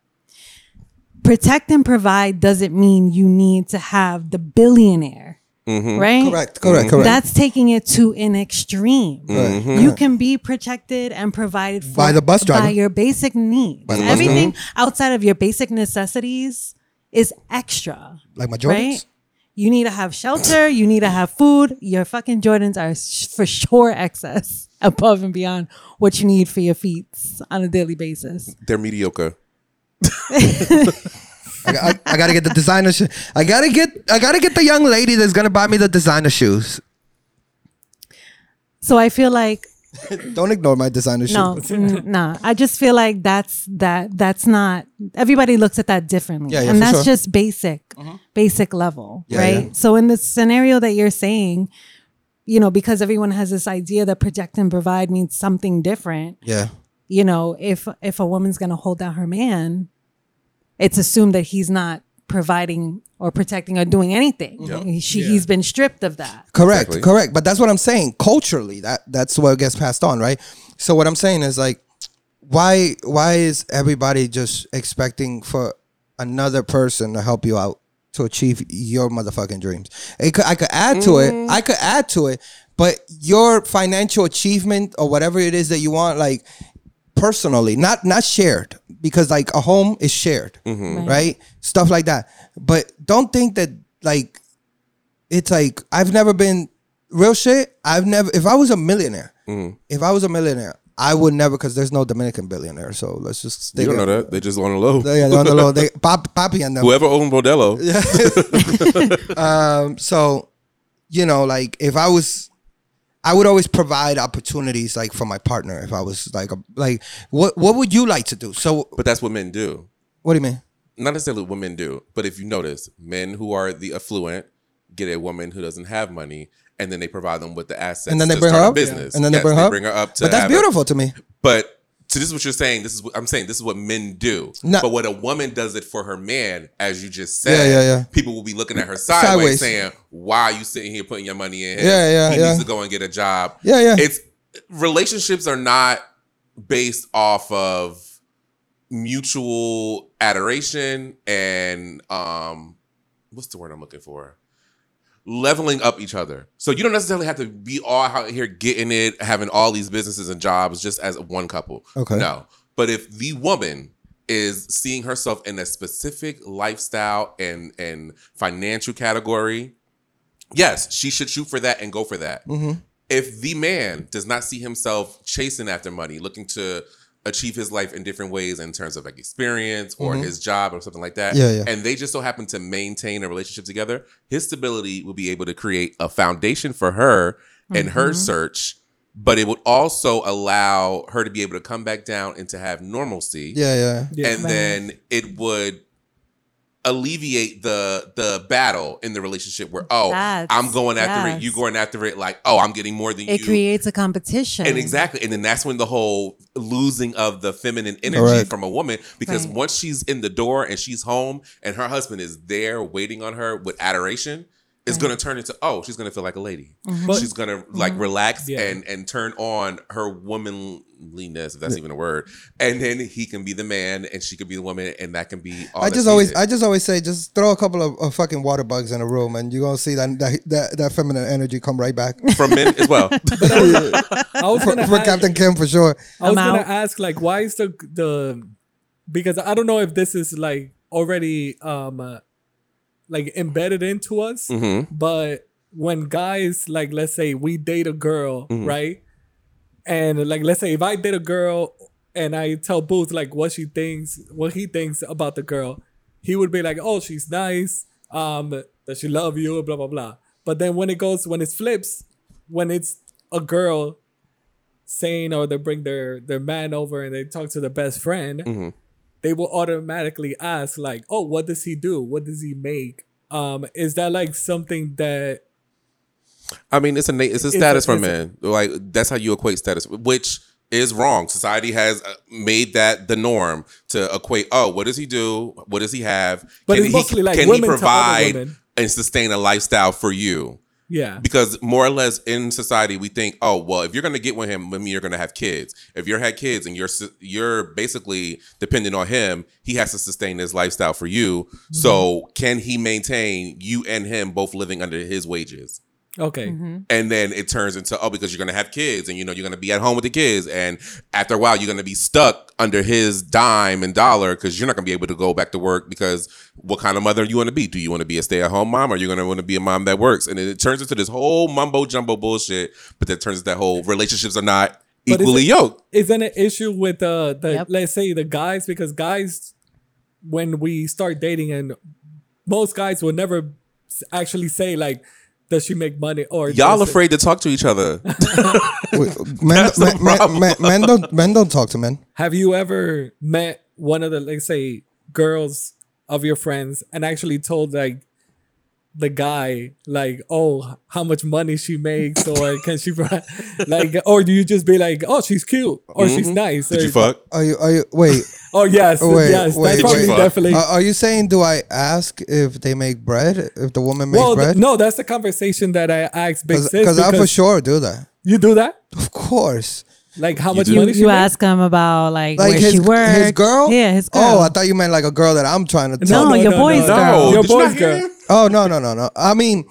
Protect and provide doesn't mean you need to have the billionaire, right? Mm-hmm. correct, correct, correct. That's taking it to an extreme. Correct. You can be protected and provided for By the bus driver. by your basic needs. the bus Everything outside of your basic necessities is extra, like my Jordans. right? You need to have shelter. You need to have food. Your fucking Jordans are sh- for sure excess above and beyond what you need for your feet on a daily basis. They're mediocre. I, I, I gotta get the designer. Sh- I gotta get. I gotta get the young lady that's gonna buy me the designer shoes. So I feel like Don't ignore my designer no, shoes. n- nah. I just feel like that's that. That's not. Everybody looks at that differently, Yeah, yeah, for and that's sure. Uh-huh. just basic, basic level, Yeah, right? yeah. So in the scenario that you're saying, you know, because everyone has this idea that project and provide means something different. Yeah. You know, if if a woman's gonna hold down her man, it's assumed that he's not providing or protecting or doing anything. She he's been stripped of that. Correct, Exactly. correct. But that's what I'm saying. Culturally, that that's what gets passed on, right? So what I'm saying is like, why why is everybody just expecting for another person to help you out to achieve your motherfucking dreams? It could, I could add to it. I could add to it. But your financial achievement or whatever it is that you want, like personally, not not shared, because like a home is shared, right. Right. Stuff like that. But don't think that like it's like I've never been real shit. I've never if I was a millionaire, Mm. if I was a millionaire, I would never because there's no Dominican billionaire. So let's just stick. You don't it- know that. They just on the low. Yeah, they're on the low. They, Pop, Poppy and them. Whoever owned Modelo. So, you know, like if I was, I would always provide opportunities like for my partner. If I was like, a, like what what would you like to do? So But that's what men do. what do you mean? Not necessarily what women do, but if you notice, men who are the affluent get a woman who doesn't have money, and then they provide them with the assets. And then they to bring her start a up. business, And then they Yes, bring her up. up. To But that's have a- beautiful to me. But so this is what you're saying. This is what I'm saying. This is what men do. No. But when a woman does it for her man, as you just said, Yeah, yeah, yeah. people will be looking at her sideways, Sideways. saying, "Why are you sitting here putting your money in? him? Yeah, yeah, He yeah. needs to go and get a job. Yeah, yeah. It's relationships are not based off of mutual adoration and um, what's the word I'm looking for? leveling up each other. So you don't necessarily have to be all out here getting it, having all these businesses and jobs just as one couple. Okay. No. But if the woman is seeing herself in a specific lifestyle and and financial category, yes, she should shoot for that and go for that. Mm-hmm. If the man does not see himself chasing after money, looking to achieve his life in different ways in terms of like experience or his job or something like that, Mm-hmm. Yeah, yeah. and they just so happen to maintain a relationship together, his stability will be able to create a foundation for her and Mm-hmm. her search, but it would also allow her to be able to come back down and to have normalcy. Yeah, yeah. Yeah. And then it would alleviate the the battle in the relationship where oh That's- I'm going after it, yes. you going after it, like oh I'm getting more than It you. creates a competition. And exactly, and then that's when the whole losing of the feminine energy Correct. from a woman, because Right. once she's in the door and she's home and her husband is there waiting on her with adoration, it's gonna turn into oh, she's gonna feel like a lady. Mm-hmm. But- she's gonna like relax Yeah. and and turn on her womanliness, if that's even a word. And then he can be the man, and she can be the woman, and that can be. Oh, All I that's just always, needed. I just always say, just throw a couple of, of fucking water bugs in a room, and you're gonna see that that that, that feminine energy come right back from men as well. I was for, gonna for ask- Captain Kim for sure. I was I'm gonna out. ask like why is the the because I don't know if this is like already um uh, like embedded into us, but when guys like let's say we date a girl, right? And like let's say if I date a girl and I tell Booth like what she thinks, what he thinks about the girl, he would be like, "Oh, she's nice. Um, does she love you? Blah blah blah." But then when it goes, when it flips, when it's a girl saying or they bring their their man over and they talk to their best Mm-hmm. friend, they will automatically ask like, "Oh, what does he do? What does he make? Um, is that like something that I mean, it's a na- it's a a- status for it's a- men. Like that's how you equate status, which is wrong. Society has uh, made that the norm to equate. Oh, what does he do? What does he have? But can it's he, mostly like can women he to other provide women. and sustain a lifestyle for you? yeah Because more or less in society, we think, oh well, if you're going to get with him, I mean, you're going to have kids. If you're had kids and you're su- you're basically dependent on him, he has to sustain his lifestyle for you. Mm-hmm. So can he maintain you and him both living under his wages? okay and then it turns into oh because you're gonna have kids and you know you're gonna be at home with the kids and after a while you're gonna be stuck under his dime and dollar because you're not gonna be able to go back to work because what kind of mother you want to be do you want to be a stay-at-home mom or you're gonna want to be a mom that works and it turns into this whole mumbo jumbo bullshit but that turns into that whole relationships are not But is equally it- yoked is that an issue with uh the Yep. let's say the guys because guys when we start dating and most guys will never s- actually say like does she make money or y'all does it- afraid to talk to each other Wait, men, men, men, men, men don't men don't talk to men. have you ever met one of the let's say girls of your friends and actually told like the guy like oh how much money she makes or can she pro- like or do you just be like oh she's cute or she's nice Mm-hmm. did or, you fuck Are you are you wait oh yes wait yes that's wait wait? probably Fuck. definitely Are, are you saying do I ask if they make bread if the woman makes well, th- bread? no, that's the conversation that I asked Big Sis because I for sure do that. you do that. Of course, Like how much do. You, money she you makes? ask him about like, like where his she works. his girl. Yeah, his girl. Oh, I thought you meant like a girl that I'm trying to. no, Talk. Oh, your boy's girl. no Your did you boy's not hear girl. him? Oh no no no no. I mean,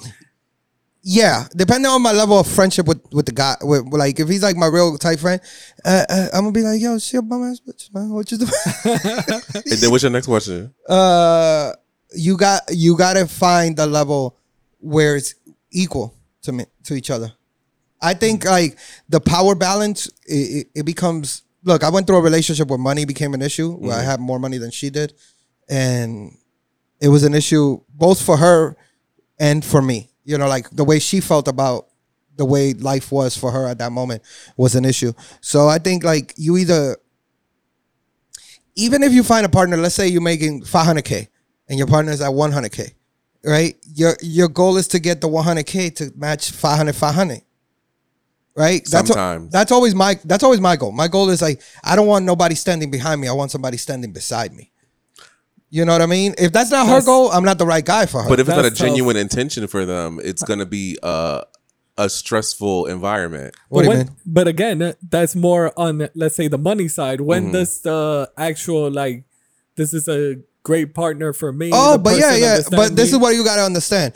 yeah, depending on my level of friendship with with the guy, with, like if he's like my real tight friend, uh, uh, I'm gonna be like, yo, she a bum ass bitch, man. What you doing? and then what's your next question uh, you got you gotta find the level where it's equal to me to each other. I think like the power balance it, it, it becomes. Look, I went through a relationship where money became an issue, where I had more money than she did, and it was an issue both for her and for me. You know, like the way she felt about the way life was for her at that moment was an issue. So I think like you either even if you find a partner, let's say you're making 500k and your partner's at 100k, right? Your your goal is to get the 100k to match 500 500. Right? That's al- Sometimes. that's always my that's always my goal. My goal is like I don't want nobody standing behind me. I want somebody standing beside me. You know what I mean? If that's not her That's- goal, I'm not the right guy for her. But if it's not a That's tough. genuine intention for them, it's gonna be a a stressful environment. what do but, you when- mean? but again, that's more on let's say the money side. When Mm-hmm. does the actual like this is a great partner for me? Oh, the but yeah, person yeah. But understand this me? is what you gotta understand.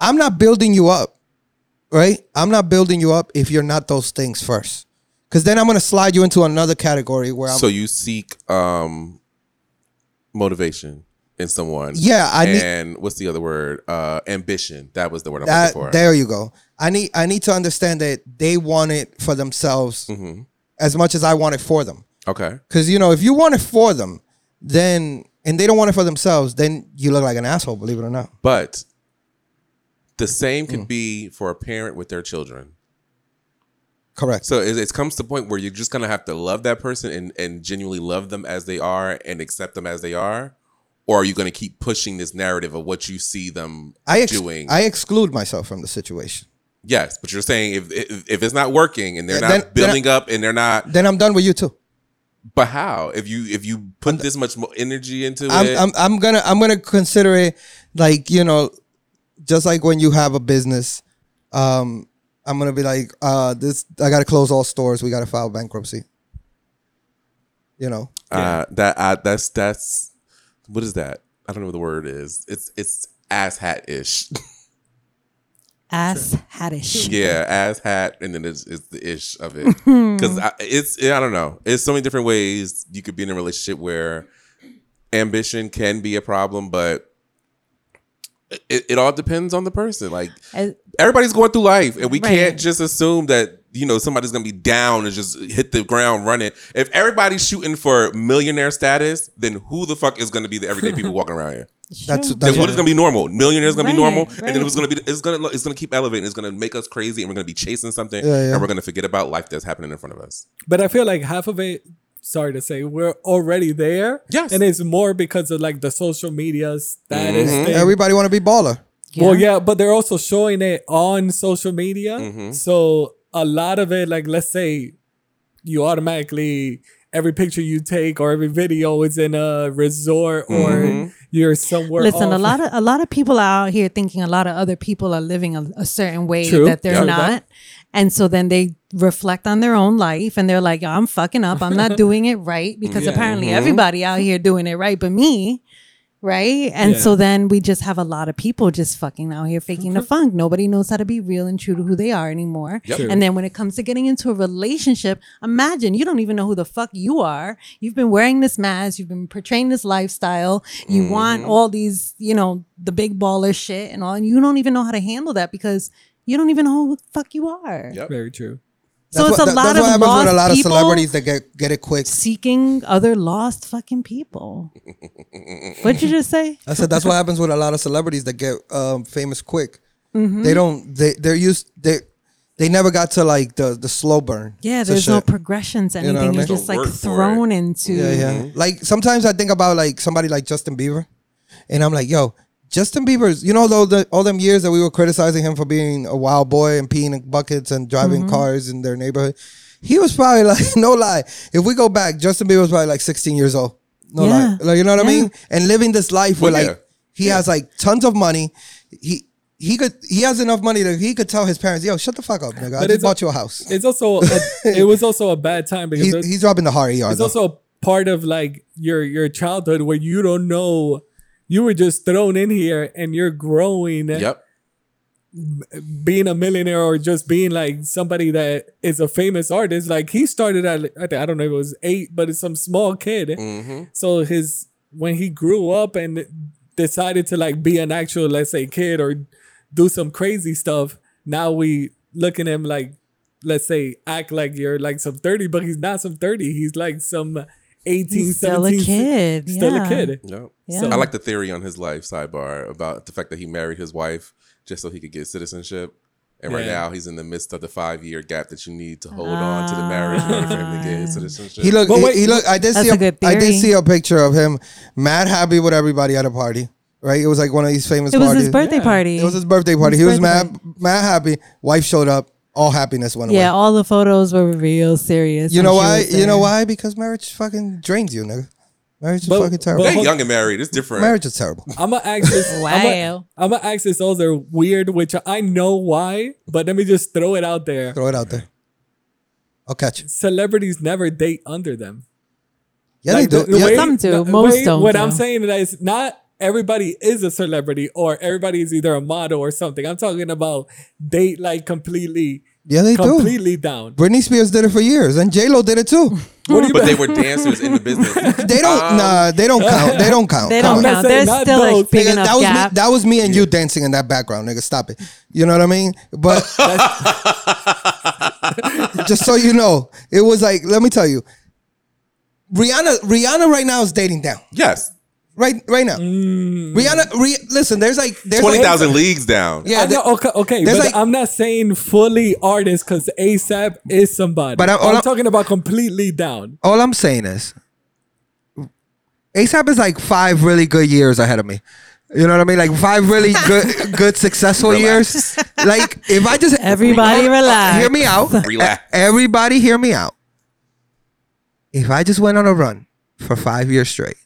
I'm not building you up, right? I'm not building you up if you're not those things first. Because then I'm gonna slide you into another category where I'm. So you seek um motivation in someone. Yeah, I need- and what's the other word? Uh ambition. That was the word I'm that, looking for. "Ah, there you go. I need I need to understand that they want it for themselves Mm-hmm. as much as I want it for them. okay. Because you know, if you want it for them, then and they don't want it for themselves, then you look like an asshole. Believe it or not. But the same could be for a parent with their children. Correct. So it, it comes to the point where you're just gonna have to love that person and, and genuinely love them as they are and accept them as they are. Or are you gonna keep pushing this narrative of what you see them I ex- doing? I exclude myself from the situation. Yes, but you're saying if if, if it's not working and they're Yeah, not then- then I- building up and they're not, Then I'm done with you too. but how? If you if you put this much more energy into I'm, it, uh, I'm I'm gonna I'm gonna consider it like you know, just like when you have a business, um, I'm gonna be like, uh, this I gotta close all stores. We gotta file bankruptcy. You know, uh, that I, that's that's what is that? I don't know what the word is. It's it's ass hat ish. Ass hattish. yeah, ass hat, and then it's, it's the ish of it because it's I don't know. It's so many different ways you could be in a relationship where ambition can be a problem, but. It, it all depends on the person. Like As- everybody's going through life and we Right. can't just assume that you know somebody's gonna be down and just hit the ground running if everybody's shooting for millionaire status then who the fuck is gonna be the everyday people walking around here that's then that's what is gonna be normal millionaires gonna be Right, normal and then right. it's gonna be it's gonna it's gonna keep elevating it's gonna make us crazy and we're gonna be chasing something Yeah, yeah. and we're gonna forget about life that's happening in front of us But I feel like half of it sorry to say, we're already there. Yes. And it's more because of like the social media status Mm-hmm. thing. Everybody want to be baller. Well, yeah, but they're also showing it on social media. Mm-hmm. So a lot of it, like let's say you automatically every picture you take or every video is in a resort Mm-hmm. or you're somewhere. Listen, a off. lot of a lot of people are out here thinking a lot of other people are living a, a certain way True. that they're Yeah. not. And so then they reflect on their own life and they're like, Yo, I'm fucking up. I'm not doing it right because apparently Mm-hmm. everybody out here doing it right but me. Right. And Yeah. so then we just have a lot of people just fucking out here faking the funk. Nobody knows how to be real and true to who they are anymore. Yep. And then when it comes to getting into a relationship, imagine you don't even know who the fuck you are. You've been wearing this mask, you've been portraying this lifestyle, you Mm-hmm. want all these, you know, the big baller shit and all, and you don't even know how to handle that because you don't even know who the fuck you are. Yep. very true. So it's what, a lot that's of what happens lost with a lot of people celebrities that get get it quick. seeking other lost fucking people. What'd you just say? I said that's what happens with a lot of celebrities that get um, famous quick. Mm-hmm. They don't. They they're used. They they never got to like the the slow burn. Yeah, to there's no shit. progression to know anything. what I You're mean? just There's no like word for thrown into Yeah, yeah. Like sometimes I think about like somebody like Justin Bieber, and I'm like, yo, Justin Bieber's. You know, though the all them years that we were criticizing him for being a wild boy and peeing in buckets and driving cars in their neighborhood, he was probably like, no lie. If we go back, Justin Bieber was probably like 16 years old. No Yeah. lie. Like you know what I Yeah. mean? And living this life where Well, yeah. like he has like tons of money. He. He could. He has enough money that he could tell his parents, "Yo, shut the fuck up, nigga! I it's just a- bought you a house." It's also a, it was also a bad time because He, there- he's robbing the hard ER. it's though. also part of like your your childhood where you don't know you were just thrown in here and you're growing Yep. being a millionaire or just being like somebody that is a famous artist like he started at I, think, I don't know if it was eight but it's some small kid so his when he grew up and decided to like be an actual let's say kid or do some crazy stuff now we look at him like let's say act like you're like some 30 but he's not some 30 he's like some 18 He's still a 17 kid, still yeah. a kid Yep. Yeah. I like the theory on his life sidebar about the fact that he married his wife just so he could get citizenship. And right Yeah. now he's in the midst of the five year gap that you need to hold on to the marriage in order for him to get his citizenship. Ah. He looked. But He, wait, he looked. I did that's see. a good I did theory. see a picture of him, mad happy with everybody at a party. Right? It was like one of these famous. It was parties. his birthday Yeah. party. It was his birthday party. His he was birthday mad, mad happy. Wife showed up. All happiness went yeah, away. all the photos were real serious. You when know she why? was You know there. why? Because marriage fucking drains you, nigga. Marriage is But- fucking terrible. but- they young and married. It's different. marriage is terrible. I'm gonna ask this. Wow. I'm gonna ask this. Those are weird, which I know why, but let me just throw it out there. Throw it out there. I'll catch you. Celebrities never date under them. Yeah, Like, they the- do. the Yeah, way- Some do, the most way- don't, What though. I'm saying is not everybody is a celebrity or everybody is either a model or something. I'm talking about date like completely, yeah, they do. completely down. Britney Spears did it for years, and J Lo did it too. What do you But they were dancers in the business. They don't. nah, they don't count. They don't count. They Come don't on. not count. saying There's not still a those. big Nigga, enough that was gap. me. That was me and you dancing in that background, nigga. Stop it. You know what I mean? But just so you know, it was like let me tell you, Rihanna. Rihanna right now is dating down. yes. Right, right now. Rihanna. Re, listen, there's like there's Mm. Twenty like- thousand leagues down. Yeah, I know, the- okay, okay, there's but like- I'm not saying fully artist because ASAP is somebody. But But I'm- I'm, all I'm- talking about completely down. all I'm saying is, ASAP is like five really good years ahead of me. You know what I mean? Like five really good, good successful years. Like if I just Everybody relax. Hear me out. Relax. E- Everybody hear me out. If I just went on a run for five years straight,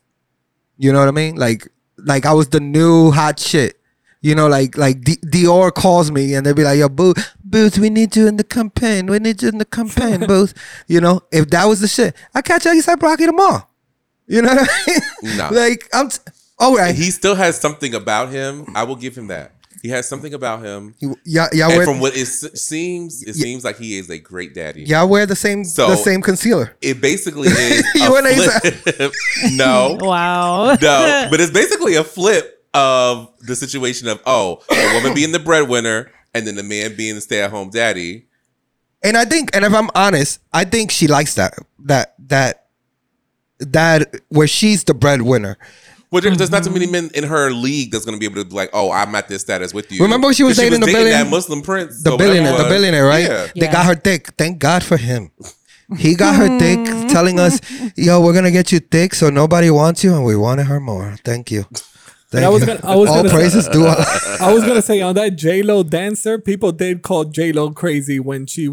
you know what I mean? Like, like I was the new hot shit. You know, like like D- Dior calls me and they'd be like, "Yo, Boo, Boots, we need you in the campaign. We need you in the campaign, Boots." You know, if that was the shit, I catch ASAP Rocky tomorrow. You know what I mean? Nah. Like I'm, t- all right. He still has something about him. I will give him that. He has something about him. y'all, y'all And wear, from what it s- seems, it seems like he is a great daddy. y'all wear the same So- the same concealer. It basically is. You a and flip. Oh, no. Wow. No, but it's basically a flip of the situation of oh, a woman being the breadwinner and then the man being the stay-at-home daddy. and I think, and if I'm honest, I think she likes that that that that where she's the breadwinner. Well, there- there's not too many men in her league that's going to be able to be like, oh, I'm at this status with you. Remember when she was 'Cause dating the that billion- Muslim prince, The so whatever billionaire, it the was. billionaire, right? Yeah. They Yeah. got her thick. Thank God for him. He got her thick, Hmm. telling us, "Yo, we're gonna get you thick, so nobody wants you, and we wanted her more. Thank you." Thank I was you. gonna- I was All gonna- praises due. us. I was gonna say on that J Lo dancer, people did call J Lo crazy when she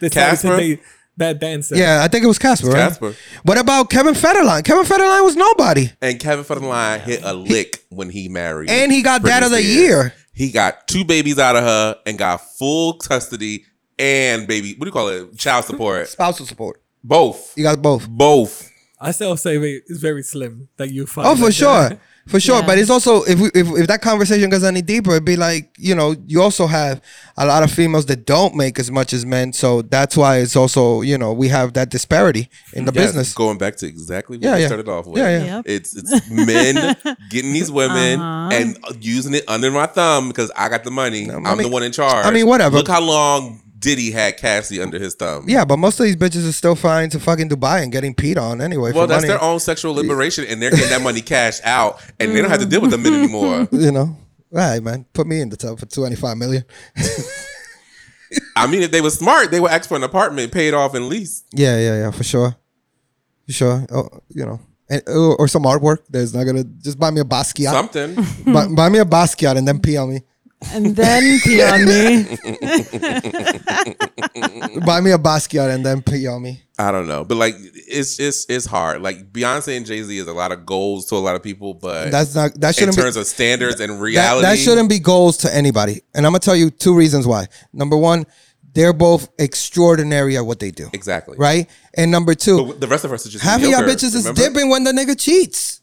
decided Casper? to date that dancer. yeah, I think it was Casper. Right? Casper. What about Kevin Federline? Kevin Federline was nobody, And Kevin Federline hit a lick when he married. and he got Britney that of the Spears. year. He got two babies out of her and got full custody and baby. What do you call it? Child support. Spousal support. Both. You got both. Both. I still say it- it's very slim that you find. Oh, for that- sure, for sure. Yeah. But it's also if, we, if if that conversation goes any deeper, it'd be like you know you also have a lot of females that don't make as much as men, so that's why it's also you know we have that disparity in the Yes, business. Going back to exactly what Yeah, we yeah. started off with. Yeah, yeah. Yep. It's it's men getting these women and using it under my thumb because I got the money. I'm I mean- the one in charge. I mean, whatever. Look how long Diddy had Cassie under his thumb. Yeah, but most of these bitches are still flying to fucking Dubai and getting peed on anyway. Well, for that's money, their own sexual liberation, and they're getting that money cashed out, and they don't have to deal with the men anymore. You know, all right, man. Put me in the tub for twenty five million. I mean, if they were smart, they would ask for an apartment, pay it off, and lease. Yeah, yeah, yeah, for sure, for sure. Oh, you know, and, or, or some artwork that's not gonna just buy me a Basquiat. Something. buy, buy me a Basquiat and then pee on me. and then pee on me. buy me a Basquiat and then pee on me. I don't know, but like, it's it's it's hard. Like Beyonce and Jay Z is a lot of goals to a lot of people, but That's not that in shouldn't be terms of standards and that, reality, that shouldn't be goals to anybody. And I'm gonna tell you two reasons why. Number one, they're both extraordinary at what they do, exactly right? And number two, But the rest of us is just half of y'all mediocre, bitches is remember? dipping when the nigga cheats.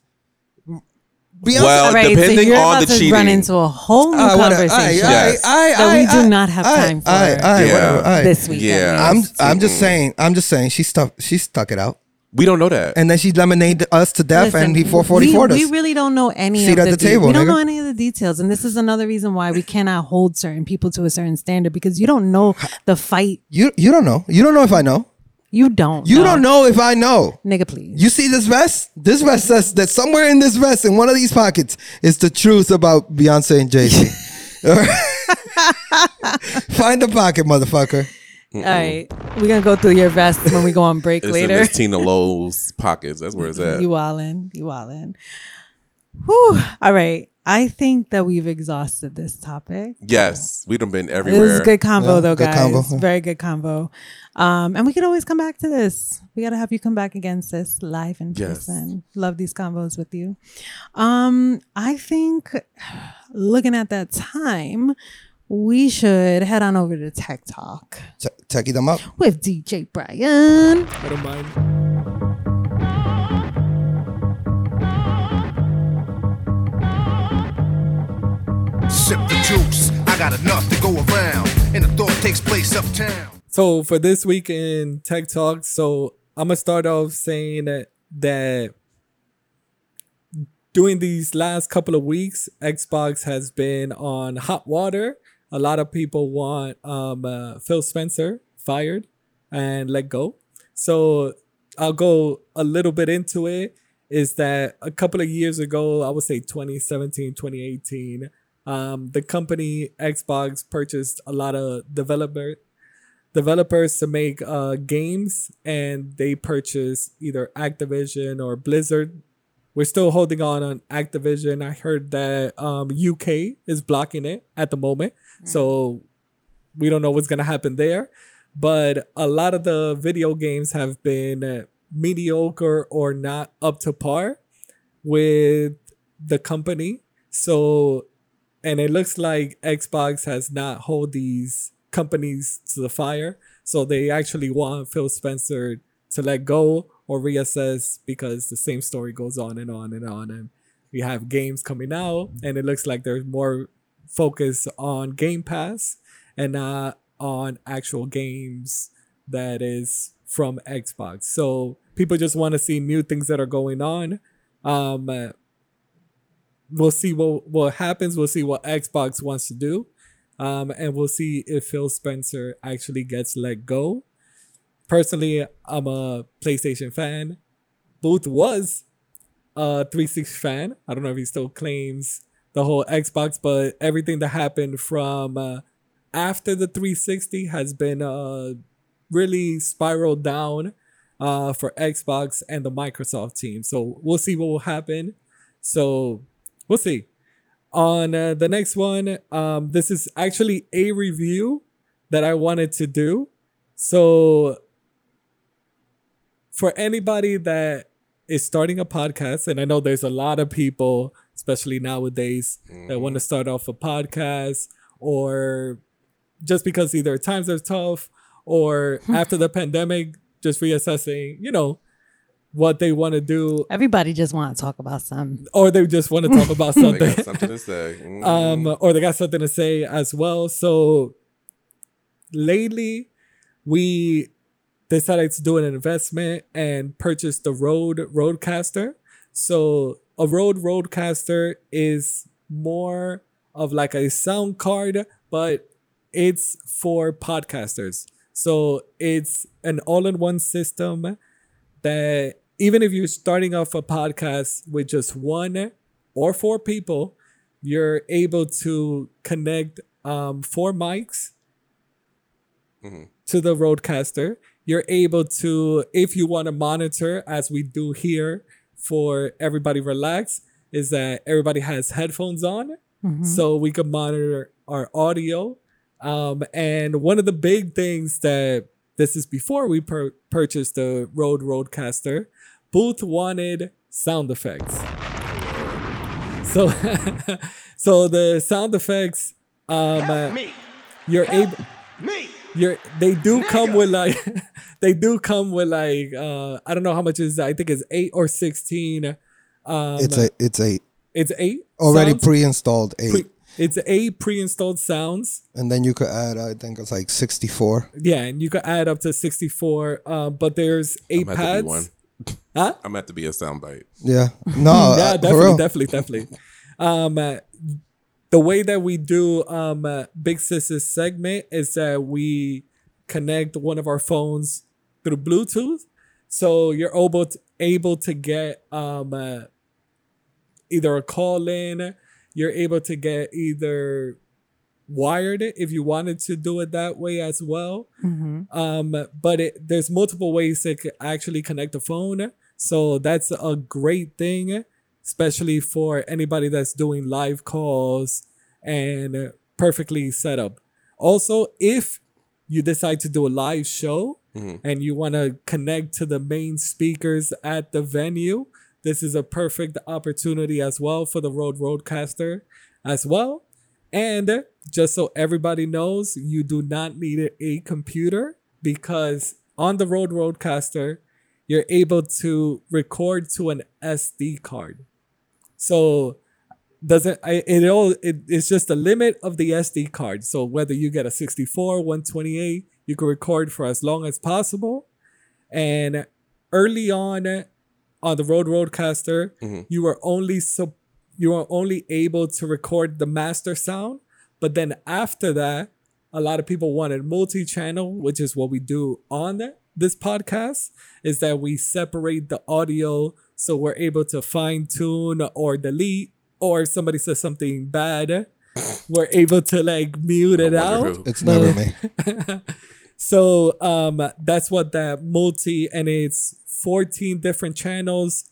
Beyonce, Well, All right, so depending you're on about the to cheating. run into a whole new I wanna- I- conversation I- Yes. I- that I- we do I- not have I- time for I- I- Yeah. whatever, I- this week. Yeah. at I'm least. I'm just saying I'm just saying she stuck she stuck it out We don't know that. and then she lemonaded us to death Listen, and he 444 us. we, we really don't know any Seat of at the, the de- table, We don't nigga. know any of the details, and this is another reason why we cannot hold certain people to a certain standard because you don't know the fight. you you don't know you don't know if I know You don't. you don't know if I know. nigga. Please. You see this vest? This vest says that somewhere in this vest, in one of these pockets, is the truth about Beyonce and Jay Z. Find the pocket, motherfucker. All right, we're gonna go through your vest when we go on break It's in later. this Tina Lowe's pockets. That's where it's at. You wallin, you wallin. Whew. All right, I think that we've exhausted this topic. yes, we done been This is everywhere. good combo Yeah, though, good guys. convo. Very good combo. Um, and we can always come back to this. We gotta have you come back again, sis, live in Yes. person. Love these combos with you. Um, I think looking at that time, we should head on over to Tech Talk T- techie them up. with DJ Brian. I don't mind. Sip the juice, I got enough to go around, and the thought takes place uptown. So for this week in Tech Talk, so I'm gonna start off saying that, that during these last couple of weeks, Xbox has been on hot water. A lot of people want um, uh, Phil Spencer fired and let go. So I'll go a little bit into it. Is that a couple of years ago, I would say 2017, 2018, um, the company Xbox purchased a lot of developer developers to make uh, games and they purchase either Activision or Blizzard. We're still holding on on Activision. I heard that um, UK is blocking it at the moment. So we don't know what's going to happen there. But a lot of the video games have been uh, mediocre or not up to par with the company. So, and it looks like Xbox has not hold these companies to the fire. So they actually want Phil Spencer to let go or reassess because the same story goes on and on and on. And we have games coming out, and it looks like there's more focus on Game Pass and not on actual games that is from Xbox. So people just want to see new things that are going on. Um, uh, we'll see what what happens. We'll see what Xbox wants to do, um, and we'll see if Phil Spencer actually gets let go. Personally, I'm a PlayStation fan. Booth was a 360 fan. I don't know if he still claims the whole Xbox, but everything that happened from uh, after the 360 has been a really spiraled down uh, for Xbox and the Microsoft team. So we'll see what will happen. So we'll see. On uh, the next one, um, this is actually a review that I wanted to do. So for anybody that is starting a podcast, and I know there's a lot of people, especially nowadays, that want to start off a podcast or just because either times are tough or after the pandemic, just reassessing, you know, what they want to do Everybody just want to talk about something. or they just want to talk about They got something. something to say. Mm. Uh, um, or they got something to say as well. So lately, we decided to do an investment and purchase the Rode Roadcaster. So a Rode Roadcaster is more of like a sound card, but it's for podcasters. So it's an all-in-one system that even if you're starting off a podcast with just one or four people, you're able to connect um, four mics to the roadcaster. You're able to, if you want to monitor, as we do here for Everybody Relax, is that everybody has headphones on. So we can monitor our audio. Um, and one of the big things that this is before we pur- purchased the Rode Roadcaster, Booth wanted sound effects. So, so the sound effects, um, uh, you're able Me! you're they do come with like they do come with like uh I don't know how much is I think it's eight or sixteen. Um It's a it's a it's eight already sounds? pre-installed eight, Pre- it's eight pre-installed sounds. and then you could add I think it's like sixty-four. Yeah, and you can add up to sixty-four. Um, but there's eight I'm gonna have to be one. pads. Huh? I'm gonna have to be a soundbite. Yeah, no, yeah, uh, for definitely, real. definitely, definitely. Um, uh, the way that we do um uh, Big Sis's segment is that we connect one of our phones through Bluetooth, so you're able to, able to get um uh, either a call in, you're able to get either wired it if you wanted to do it that way as well. Um, but it, there's multiple ways to c- actually connect a phone. So that's a great thing, especially for anybody that's doing live calls and perfectly set up. Also, if you decide to do a live show and you want to connect to the main speakers at the venue, this is a perfect opportunity as well for the Road Roadcaster as well. And just so everybody knows, you do not need a computer because on the Road Roadcaster, you're able to record to an SD card. So doesn't I, it all it, it's just the limit of the SD card. So whether you get a 64, 128, you can record for as long as possible. And early on on the Road Roadcaster, you were only so you were only able to record the master sound, but then after that, a lot of people wanted multi-channel, which is what we do on th- this podcast, is that we separate the audio so we're able to fine tune or delete, or if somebody says something bad, we're able to like mute it Wonder out. who. It's never me. So um, that's what that multi and it's 14 different channels.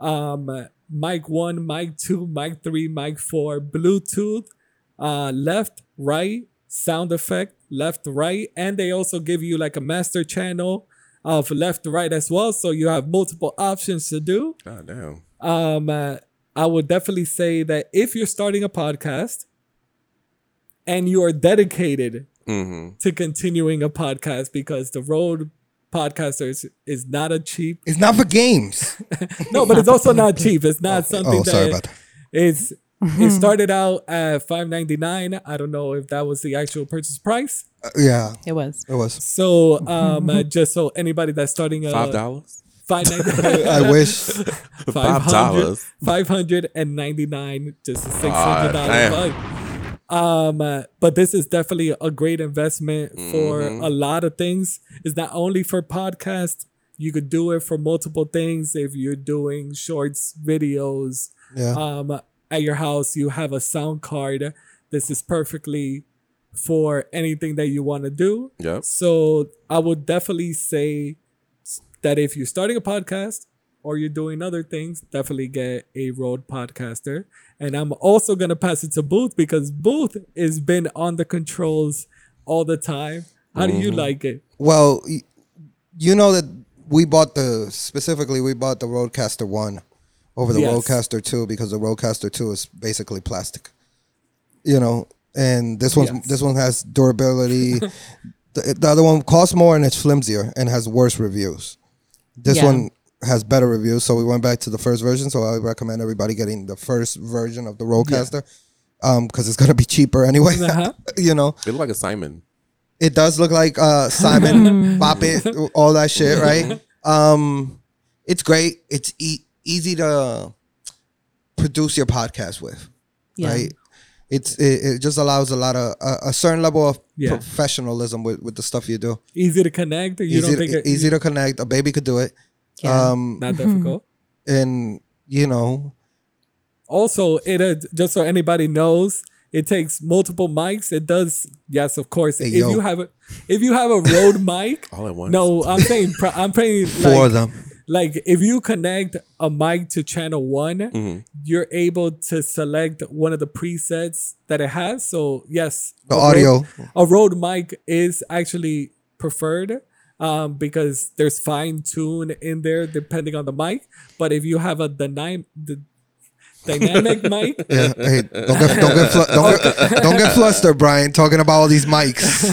Um, mic one, mic two, mic three, mic four, Bluetooth, uh, left, right, sound effect, left, right, and they also give you like a master channel of left, right as well. So you have multiple options to do God damn. um, uh, I would definitely say that if you're starting a podcast and you are dedicated Mm-hmm. to continuing a podcast, because the road podcasters is not a cheap It's not for games. no, but it's also not cheap. It's not something Oh, that, sorry about that. it's it started out at five ninety nine. I don't know if that was the actual purchase price. Uh, yeah, It was. it was. So um, uh, just so anybody that's starting Uh, a Five dollars? five ninety I wish. five hundred $5. five hundred and ninety nine, just a six hundred God dollar damn. bug. Um, uh, but this is definitely a great investment for a lot of things. It's not only for podcasts. You could do it for multiple things. If you're doing shorts, videos, Yeah. um, at your house, you have a sound card. This is perfectly for anything that you want to do. Yep. So I would definitely say s- that if you're starting a podcast or you're doing other things, definitely get a road podcaster. And I'm also gonna pass it to Booth because Booth has been on the controls all the time. How do you Mm-hmm. like it? Well, y- you know that we bought the specifically we bought the Roadcaster one over the Yes. Roadcaster two because the Roadcaster two is basically plastic. You know, and this one Yes. this one has durability. the, the other one costs more and it's flimsier and has worse reviews. This Yeah. one has better reviews, so we went back to the first version. So I recommend everybody getting the first version of the Roadcaster. Um, because it's gonna be cheaper anyway, Uh-huh. you know. They look like a Simon. It does look like uh, Simon Bop It, all that shit, right? Um, it's great. It's e- easy to produce your podcast with, Yeah. right? It's it, it just allows a lot of a, a certain level of Yeah. professionalism with, with the stuff you do. Easy to connect. You easy don't think to, e-, it- easy to connect. A baby could do it, Yeah. um, not difficult. and you know, also it uh, just so anybody knows it takes multiple mics it does yes of course Hey, if yo. you have a if you have a rode mic All at once. no i'm saying pr- i'm saying for like, them. like if you connect a mic to channel one you're able to select one of the presets that it has so yes The a audio. Rode- a rode mic is actually preferred um, because there's fine tune in there depending on the mic but if you have a dynamic the dynamic mic Yeah, hey, don't get don't get, flu- don't get don't get flustered, Brian. Talking about all these mics.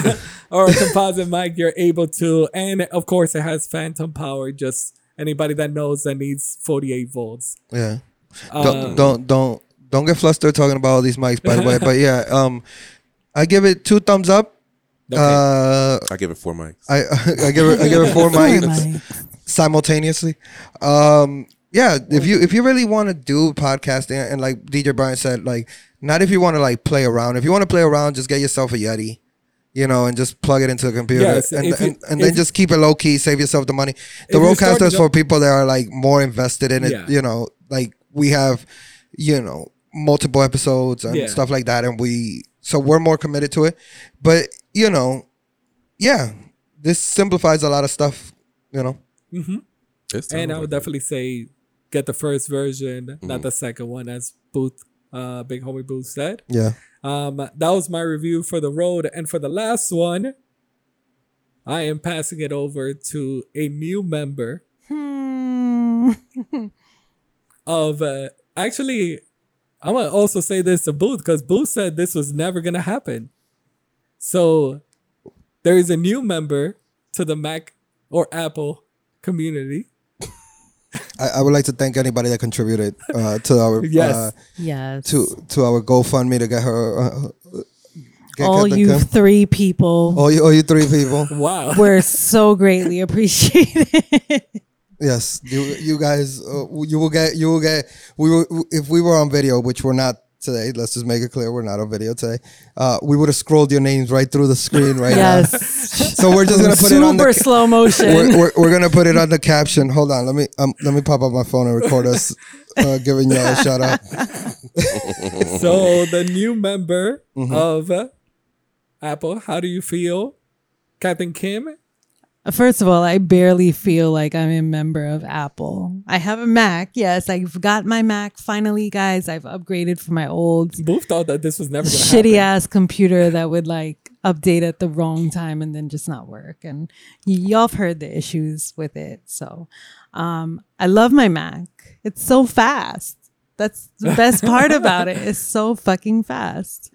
or a composite mic, you're able to. And of course, it has phantom power. Just anybody that knows that needs 48 volts. Yeah. don't don't don't don't get flustered talking about all these mics by the way but yeah um i give it two thumbs up Okay. uh I give it four mics. i i give it i give it four mics simultaneously um yeah if you if you really want to do podcasting and like dj brian said like not if you want to like play around if you want to play around just get yourself a yeti you know, and just plug it into the computer, Yes, and, if you- and, and then if- just keep it low key. Save yourself the money. The If you started roadcaster is for up- people that are like more invested in it. Yeah. You know, like we have, you know, multiple episodes and Yeah. stuff like that, and we so we're more committed to it. But you know, yeah, this simplifies a lot of stuff. You know, This time and I I'm would like, definitely say get the first version, not the second one, as Booth, uh, Big Homie Booth said. yeah. Um, that was my review for the road. And for the last one, I am passing it over to a new member of uh, actually, I'm gonna also say this to Booth because Booth said this was never gonna happen. So there is a new member to the Mac or Apple community. I, I would like to thank anybody that contributed uh, to our Yes. uh, yes. to to our GoFundMe to get her. Uh, get All Captain you Kim. three people all you, all you three people. Wow. were so greatly appreciated. Yes, you you guys, uh, you will get you will get we will, if we were on video, which we're not today. Let's just make it clear we're not on video today. Uh, we would have scrolled your names right through the screen right now. yes. So we're just gonna put it on Super the. ca- slow motion. We're, we're, we're gonna put it on the caption. Hold on, let me um, let me pop up my phone and record us uh, giving y'all a shout out. so the new member of uh, Apple, how do you feel, Captain Kim? First of all, I barely feel like I'm a member of Apple. I have a Mac. Yes, I've got my Mac finally, guys. I've upgraded from my old Booth thought that this was never gonna shitty happen. ass computer that would like update at the wrong time and then just not work. And y- y'all have heard the issues with it. So um, I love my Mac. It's so fast. That's the best part about it. It's so fucking fast.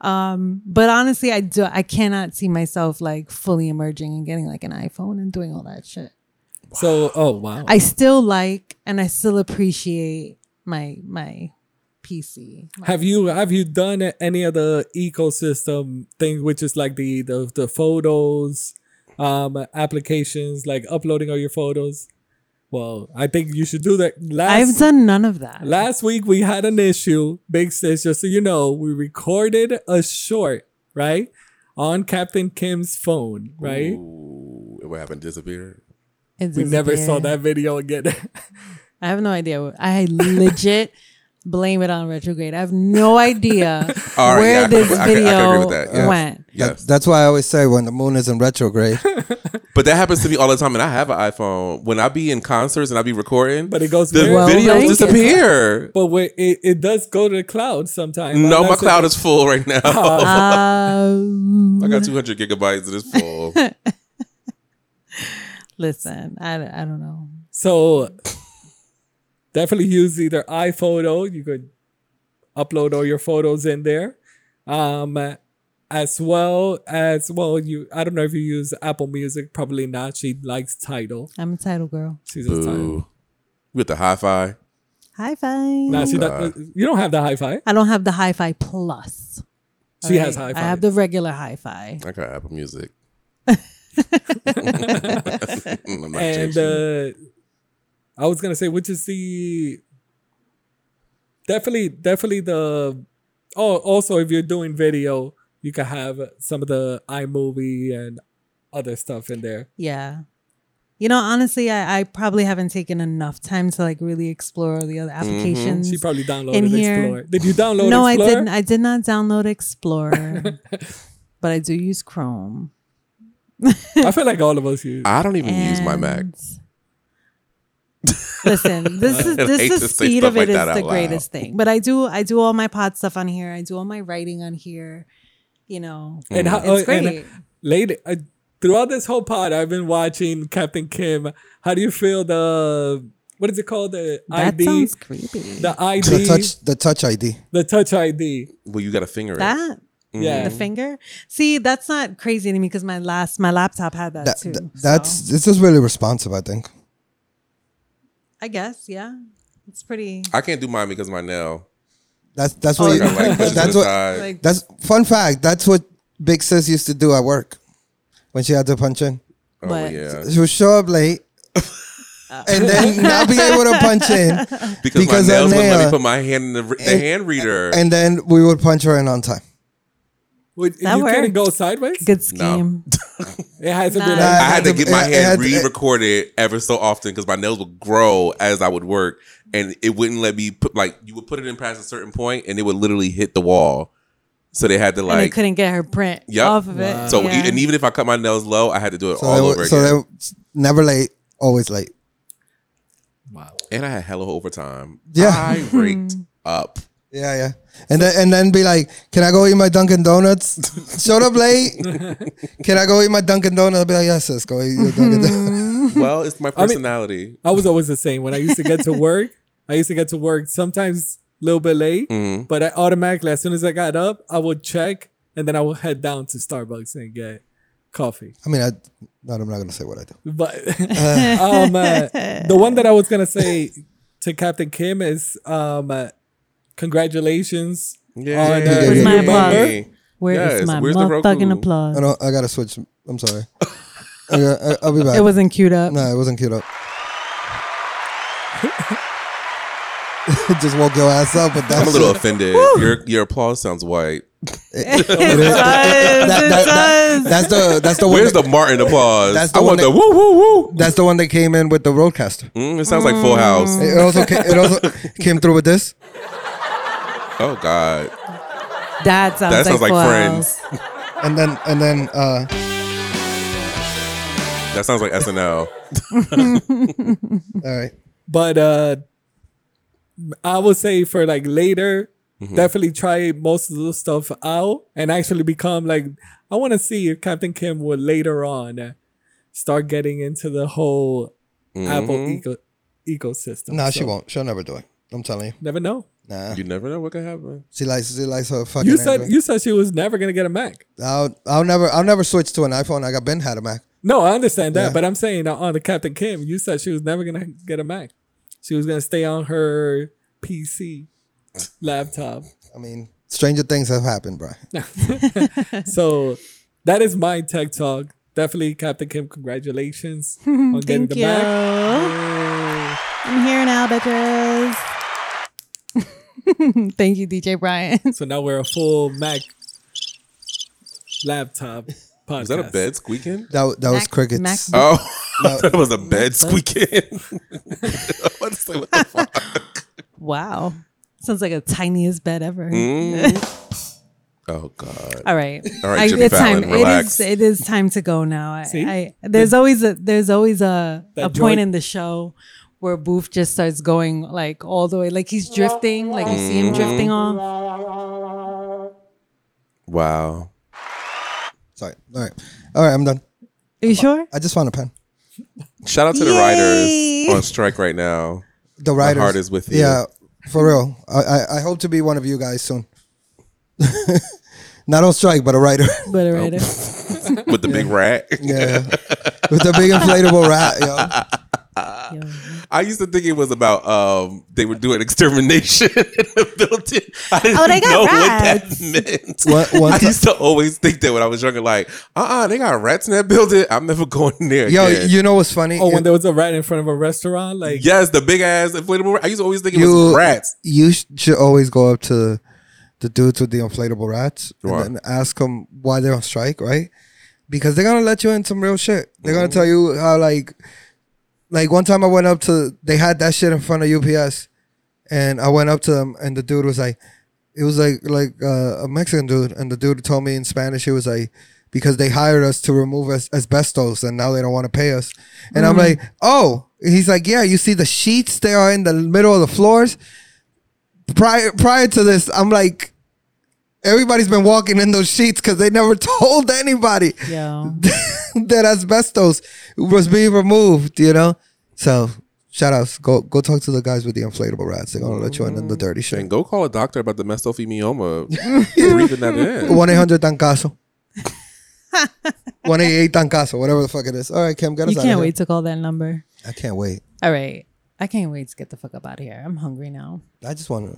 Um, but honestly, I do. I cannot see myself like fully emerging and getting like an iPhone and doing all that shit. So oh wow. I still like and I still appreciate my my PC. Have you have you done any of the ecosystem thing, which is like the the, the photos, um, applications like uploading all your photos? Well, I think you should do that. Last I've done none of that. last week we had an issue, big sis. Just so you know, we recorded a short right on Captain Kim's phone, right? Ooh, what happened? Disappeared. It We never saw disappeared. that video again. I have no idea. what- I legit blame it on retrograde. I have no idea All right, where yeah, I this could- I could- I could video agree with that, yeah. went. That- Yes. that's why I always say when the moon is in retrograde. But that happens to me all the time, and I have an iPhone. When I be in concerts and I be recording, But it goes the weird. Well, thank videos you. disappear. But wait, it, it does go to the cloud sometimes. No, my Unless it- cloud is full right now. Oh, Um, I got 200 gigabytes and it's full. listen, I, I don't know. So definitely use either iPhoto. You could upload all your photos in there. Um as well as well you I don't know if you use Apple Music, probably not. She likes title. I'm a title girl. She's a title. Ooh. With the hi fi. Hi fi. Nah, she does, you don't have the hi fi. I don't have the hi fi plus. She has hi Alright? fi. I have the regular hi fi. I got Apple Music. and uh, I was gonna say, which is the definitely, definitely the oh, also if you're doing video, you can have some of the iMovie and other stuff in there. Yeah. You know, honestly, I, I probably haven't taken enough time to like really explore the Mm-hmm. other applications. She probably downloaded In here- Explorer. Did you download? no, I Explorer? didn't. I did not download Explorer, but I do use Chrome. I feel like all of us use. I don't even use my Mac. And- Listen, this is I this hate to the say speed stuff of it like is that out the loud. greatest thing. But I do I do all my pod stuff on here. I do all my writing on here. You know, and how, it's uh, and great. lady, uh, throughout this whole pod, I've been watching Captain Kim. How do you feel the what is it called? The that ID, sounds creepy. the ID, the touch, the touch ID. the touch ID. Well, you got a finger. in it. that Mm-hmm. Yeah, the finger. See, that's not crazy to me because my last my laptop had that, That, too. th- so that's this is really responsive. I think. I guess yeah. It's pretty I can't do mine because of my nail. That's that's Oh, what. I you- got like pushed to that's the what. side. like That's fun fact. That's what Big Sis used to do at work when she had to punch in. oh, But- yeah. She would show up late and then not be able to punch in, Because, because my her nails wouldn't let nail- me put my hand in the, the hand reader. and then we would punch her in on time. Wait, That you couldn't worked. go sideways. good scheme. It hasn't been. Nah. Like, I had to get my I- I hand had to- uh, re-recorded ever so often because my nails would grow as I would work, and it wouldn't let me put like you would put it in past a certain point, and it would literally hit the wall. So they had to and I like, couldn't get her print Yep. off of it. so yeah. e- and even if I cut my nails low, I had to do it So all they, over were- so they again, were never late, always late. wow. and I had hella overtime. Yeah. I Hmm. raked up. Yeah, yeah. And then and then be like, can I go eat my Dunkin' Donuts? Showed up late. can I go eat my Dunkin' Donuts? I'll be like, yes, sis, go eat your Dunkin' Donuts. Well, it's my personality. I was always the same. When I used to get to work, I used to get to work sometimes a little bit late, but I automatically, as soon as I got up, I would check and then I would head down to Starbucks and get coffee. I mean, I, no, I'm not gonna say what I do. But um, uh, the one that I was gonna say to Captain Kim is, um, uh, congratulations on uh, Where's your my new applause? bumper. Where is Yes, my where's the motherfucking Roku? applause? I don't. I gotta switch. I'm sorry. I got- I, will be back. It wasn't queued up. no, it wasn't queued up. Just woke your ass up with that. I'm a shit. little offended. your your applause sounds white. It does, That- it does. that- that- that's the that's the one. Where's the that- Martin applause? That's I the want one the woo woo woo. that's the one that came in with the roadcaster. Mm, it sounds like Hmm. Full House. It also came, it also came through with this. Oh God. That sounds, That sounds like, like Full Friends. House. and then and then uh That sounds like SNL. all right but uh i would say for like later definitely try most of the stuff out and actually become like i want to see if captain kim would later on start getting into the whole apple eco- ecosystem no she So, won't she'll never do it i'm telling you never know nah You never know what could happen. she likes she likes her fucking you said Android. you said she was never gonna get a mac I'll, I'll never i'll never switch to an iphone like i've been had a mac no i understand that Yeah. but i'm saying on the captain kim you said she was never gonna get a mac she was gonna stay on her pc laptop i mean stranger things have happened bro So that is my tech talk. Definitely, Captain Kim, congratulations on getting Thank the you. Mac. I'm here now, bitches. Thank you, DJ Brian. So now we're a full Mac laptop podcast. Is that a bed squeaking? that, wa- that was Mac- crickets Mac- Oh, that was a bed squeaking. I was like, what the fuck? Wow. Sounds like a tiniest bed ever. Oh God. All right. Mm. All right, Jimmy it's Fallon, time. relax. It is. It is time to go now. I, See? I there's always a there's always a a That point joint- in the show where Boof just starts going like all the way, like he's drifting, like you see Mm. him drifting off. Wow. Sorry. All right. All right. I'm done. Are you sure? I just found a pen. Shout out to the writers on strike right now. The writers. heart is with you. Yeah, for real. I, I, I hope to be one of you guys soon. Not on strike, but a writer. But all right. With the big rat. yeah. With the big inflatable rat, yo. I used to think it was about um they were doing extermination in the building. I didn't Oh, they got know rats. what that meant. What- what I ti- used to always think that when I was younger, like, uh uh they got rats in that building. I'm never going there. Yo, again. you know what's funny? Oh, when there was a rat in front of a restaurant, like yes, the big ass inflatable rat. I used to always think it was you, rats. you sh- should always go up to the dudes with the inflatable rats Why? and then ask them why they're on strike, right? Because they're gonna let you in some real shit. They're Mm-hmm. gonna tell you how like, like one time I went up to they had that shit in front of UPS, and I went up to them and the dude was like, it was like like uh, a Mexican dude, and the dude told me in Spanish he was like. Because they hired us to remove as- asbestos and now they don't want to pay us. And I'm like, oh. He's like, yeah, you see the sheets, they are in the middle of the floors prior prior to this, I'm like, everybody's been walking in those sheets because they never told anybody Yeah. that asbestos was being removed. You know, so shout outs. Go go talk to the guys with the inflatable rats. They're gonna let you in in the dirty And shit. go call a doctor about the mesothelioma. for Breathing that in. One eight hundred tancaso. One eight eight tancaso. Whatever the fuck it is. All right, Kim, get us You out can't of wait to call that number. Here. I can't wait. All right. I can't wait to get the fuck up out of here. I'm hungry now. I just want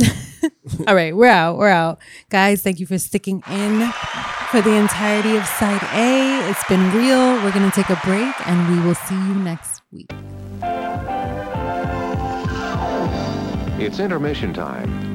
to. All right, we're out. We're out. Guys, thank you for sticking in for the entirety of side A. It's been real. We're going to take a break and we will see you next week. It's intermission time.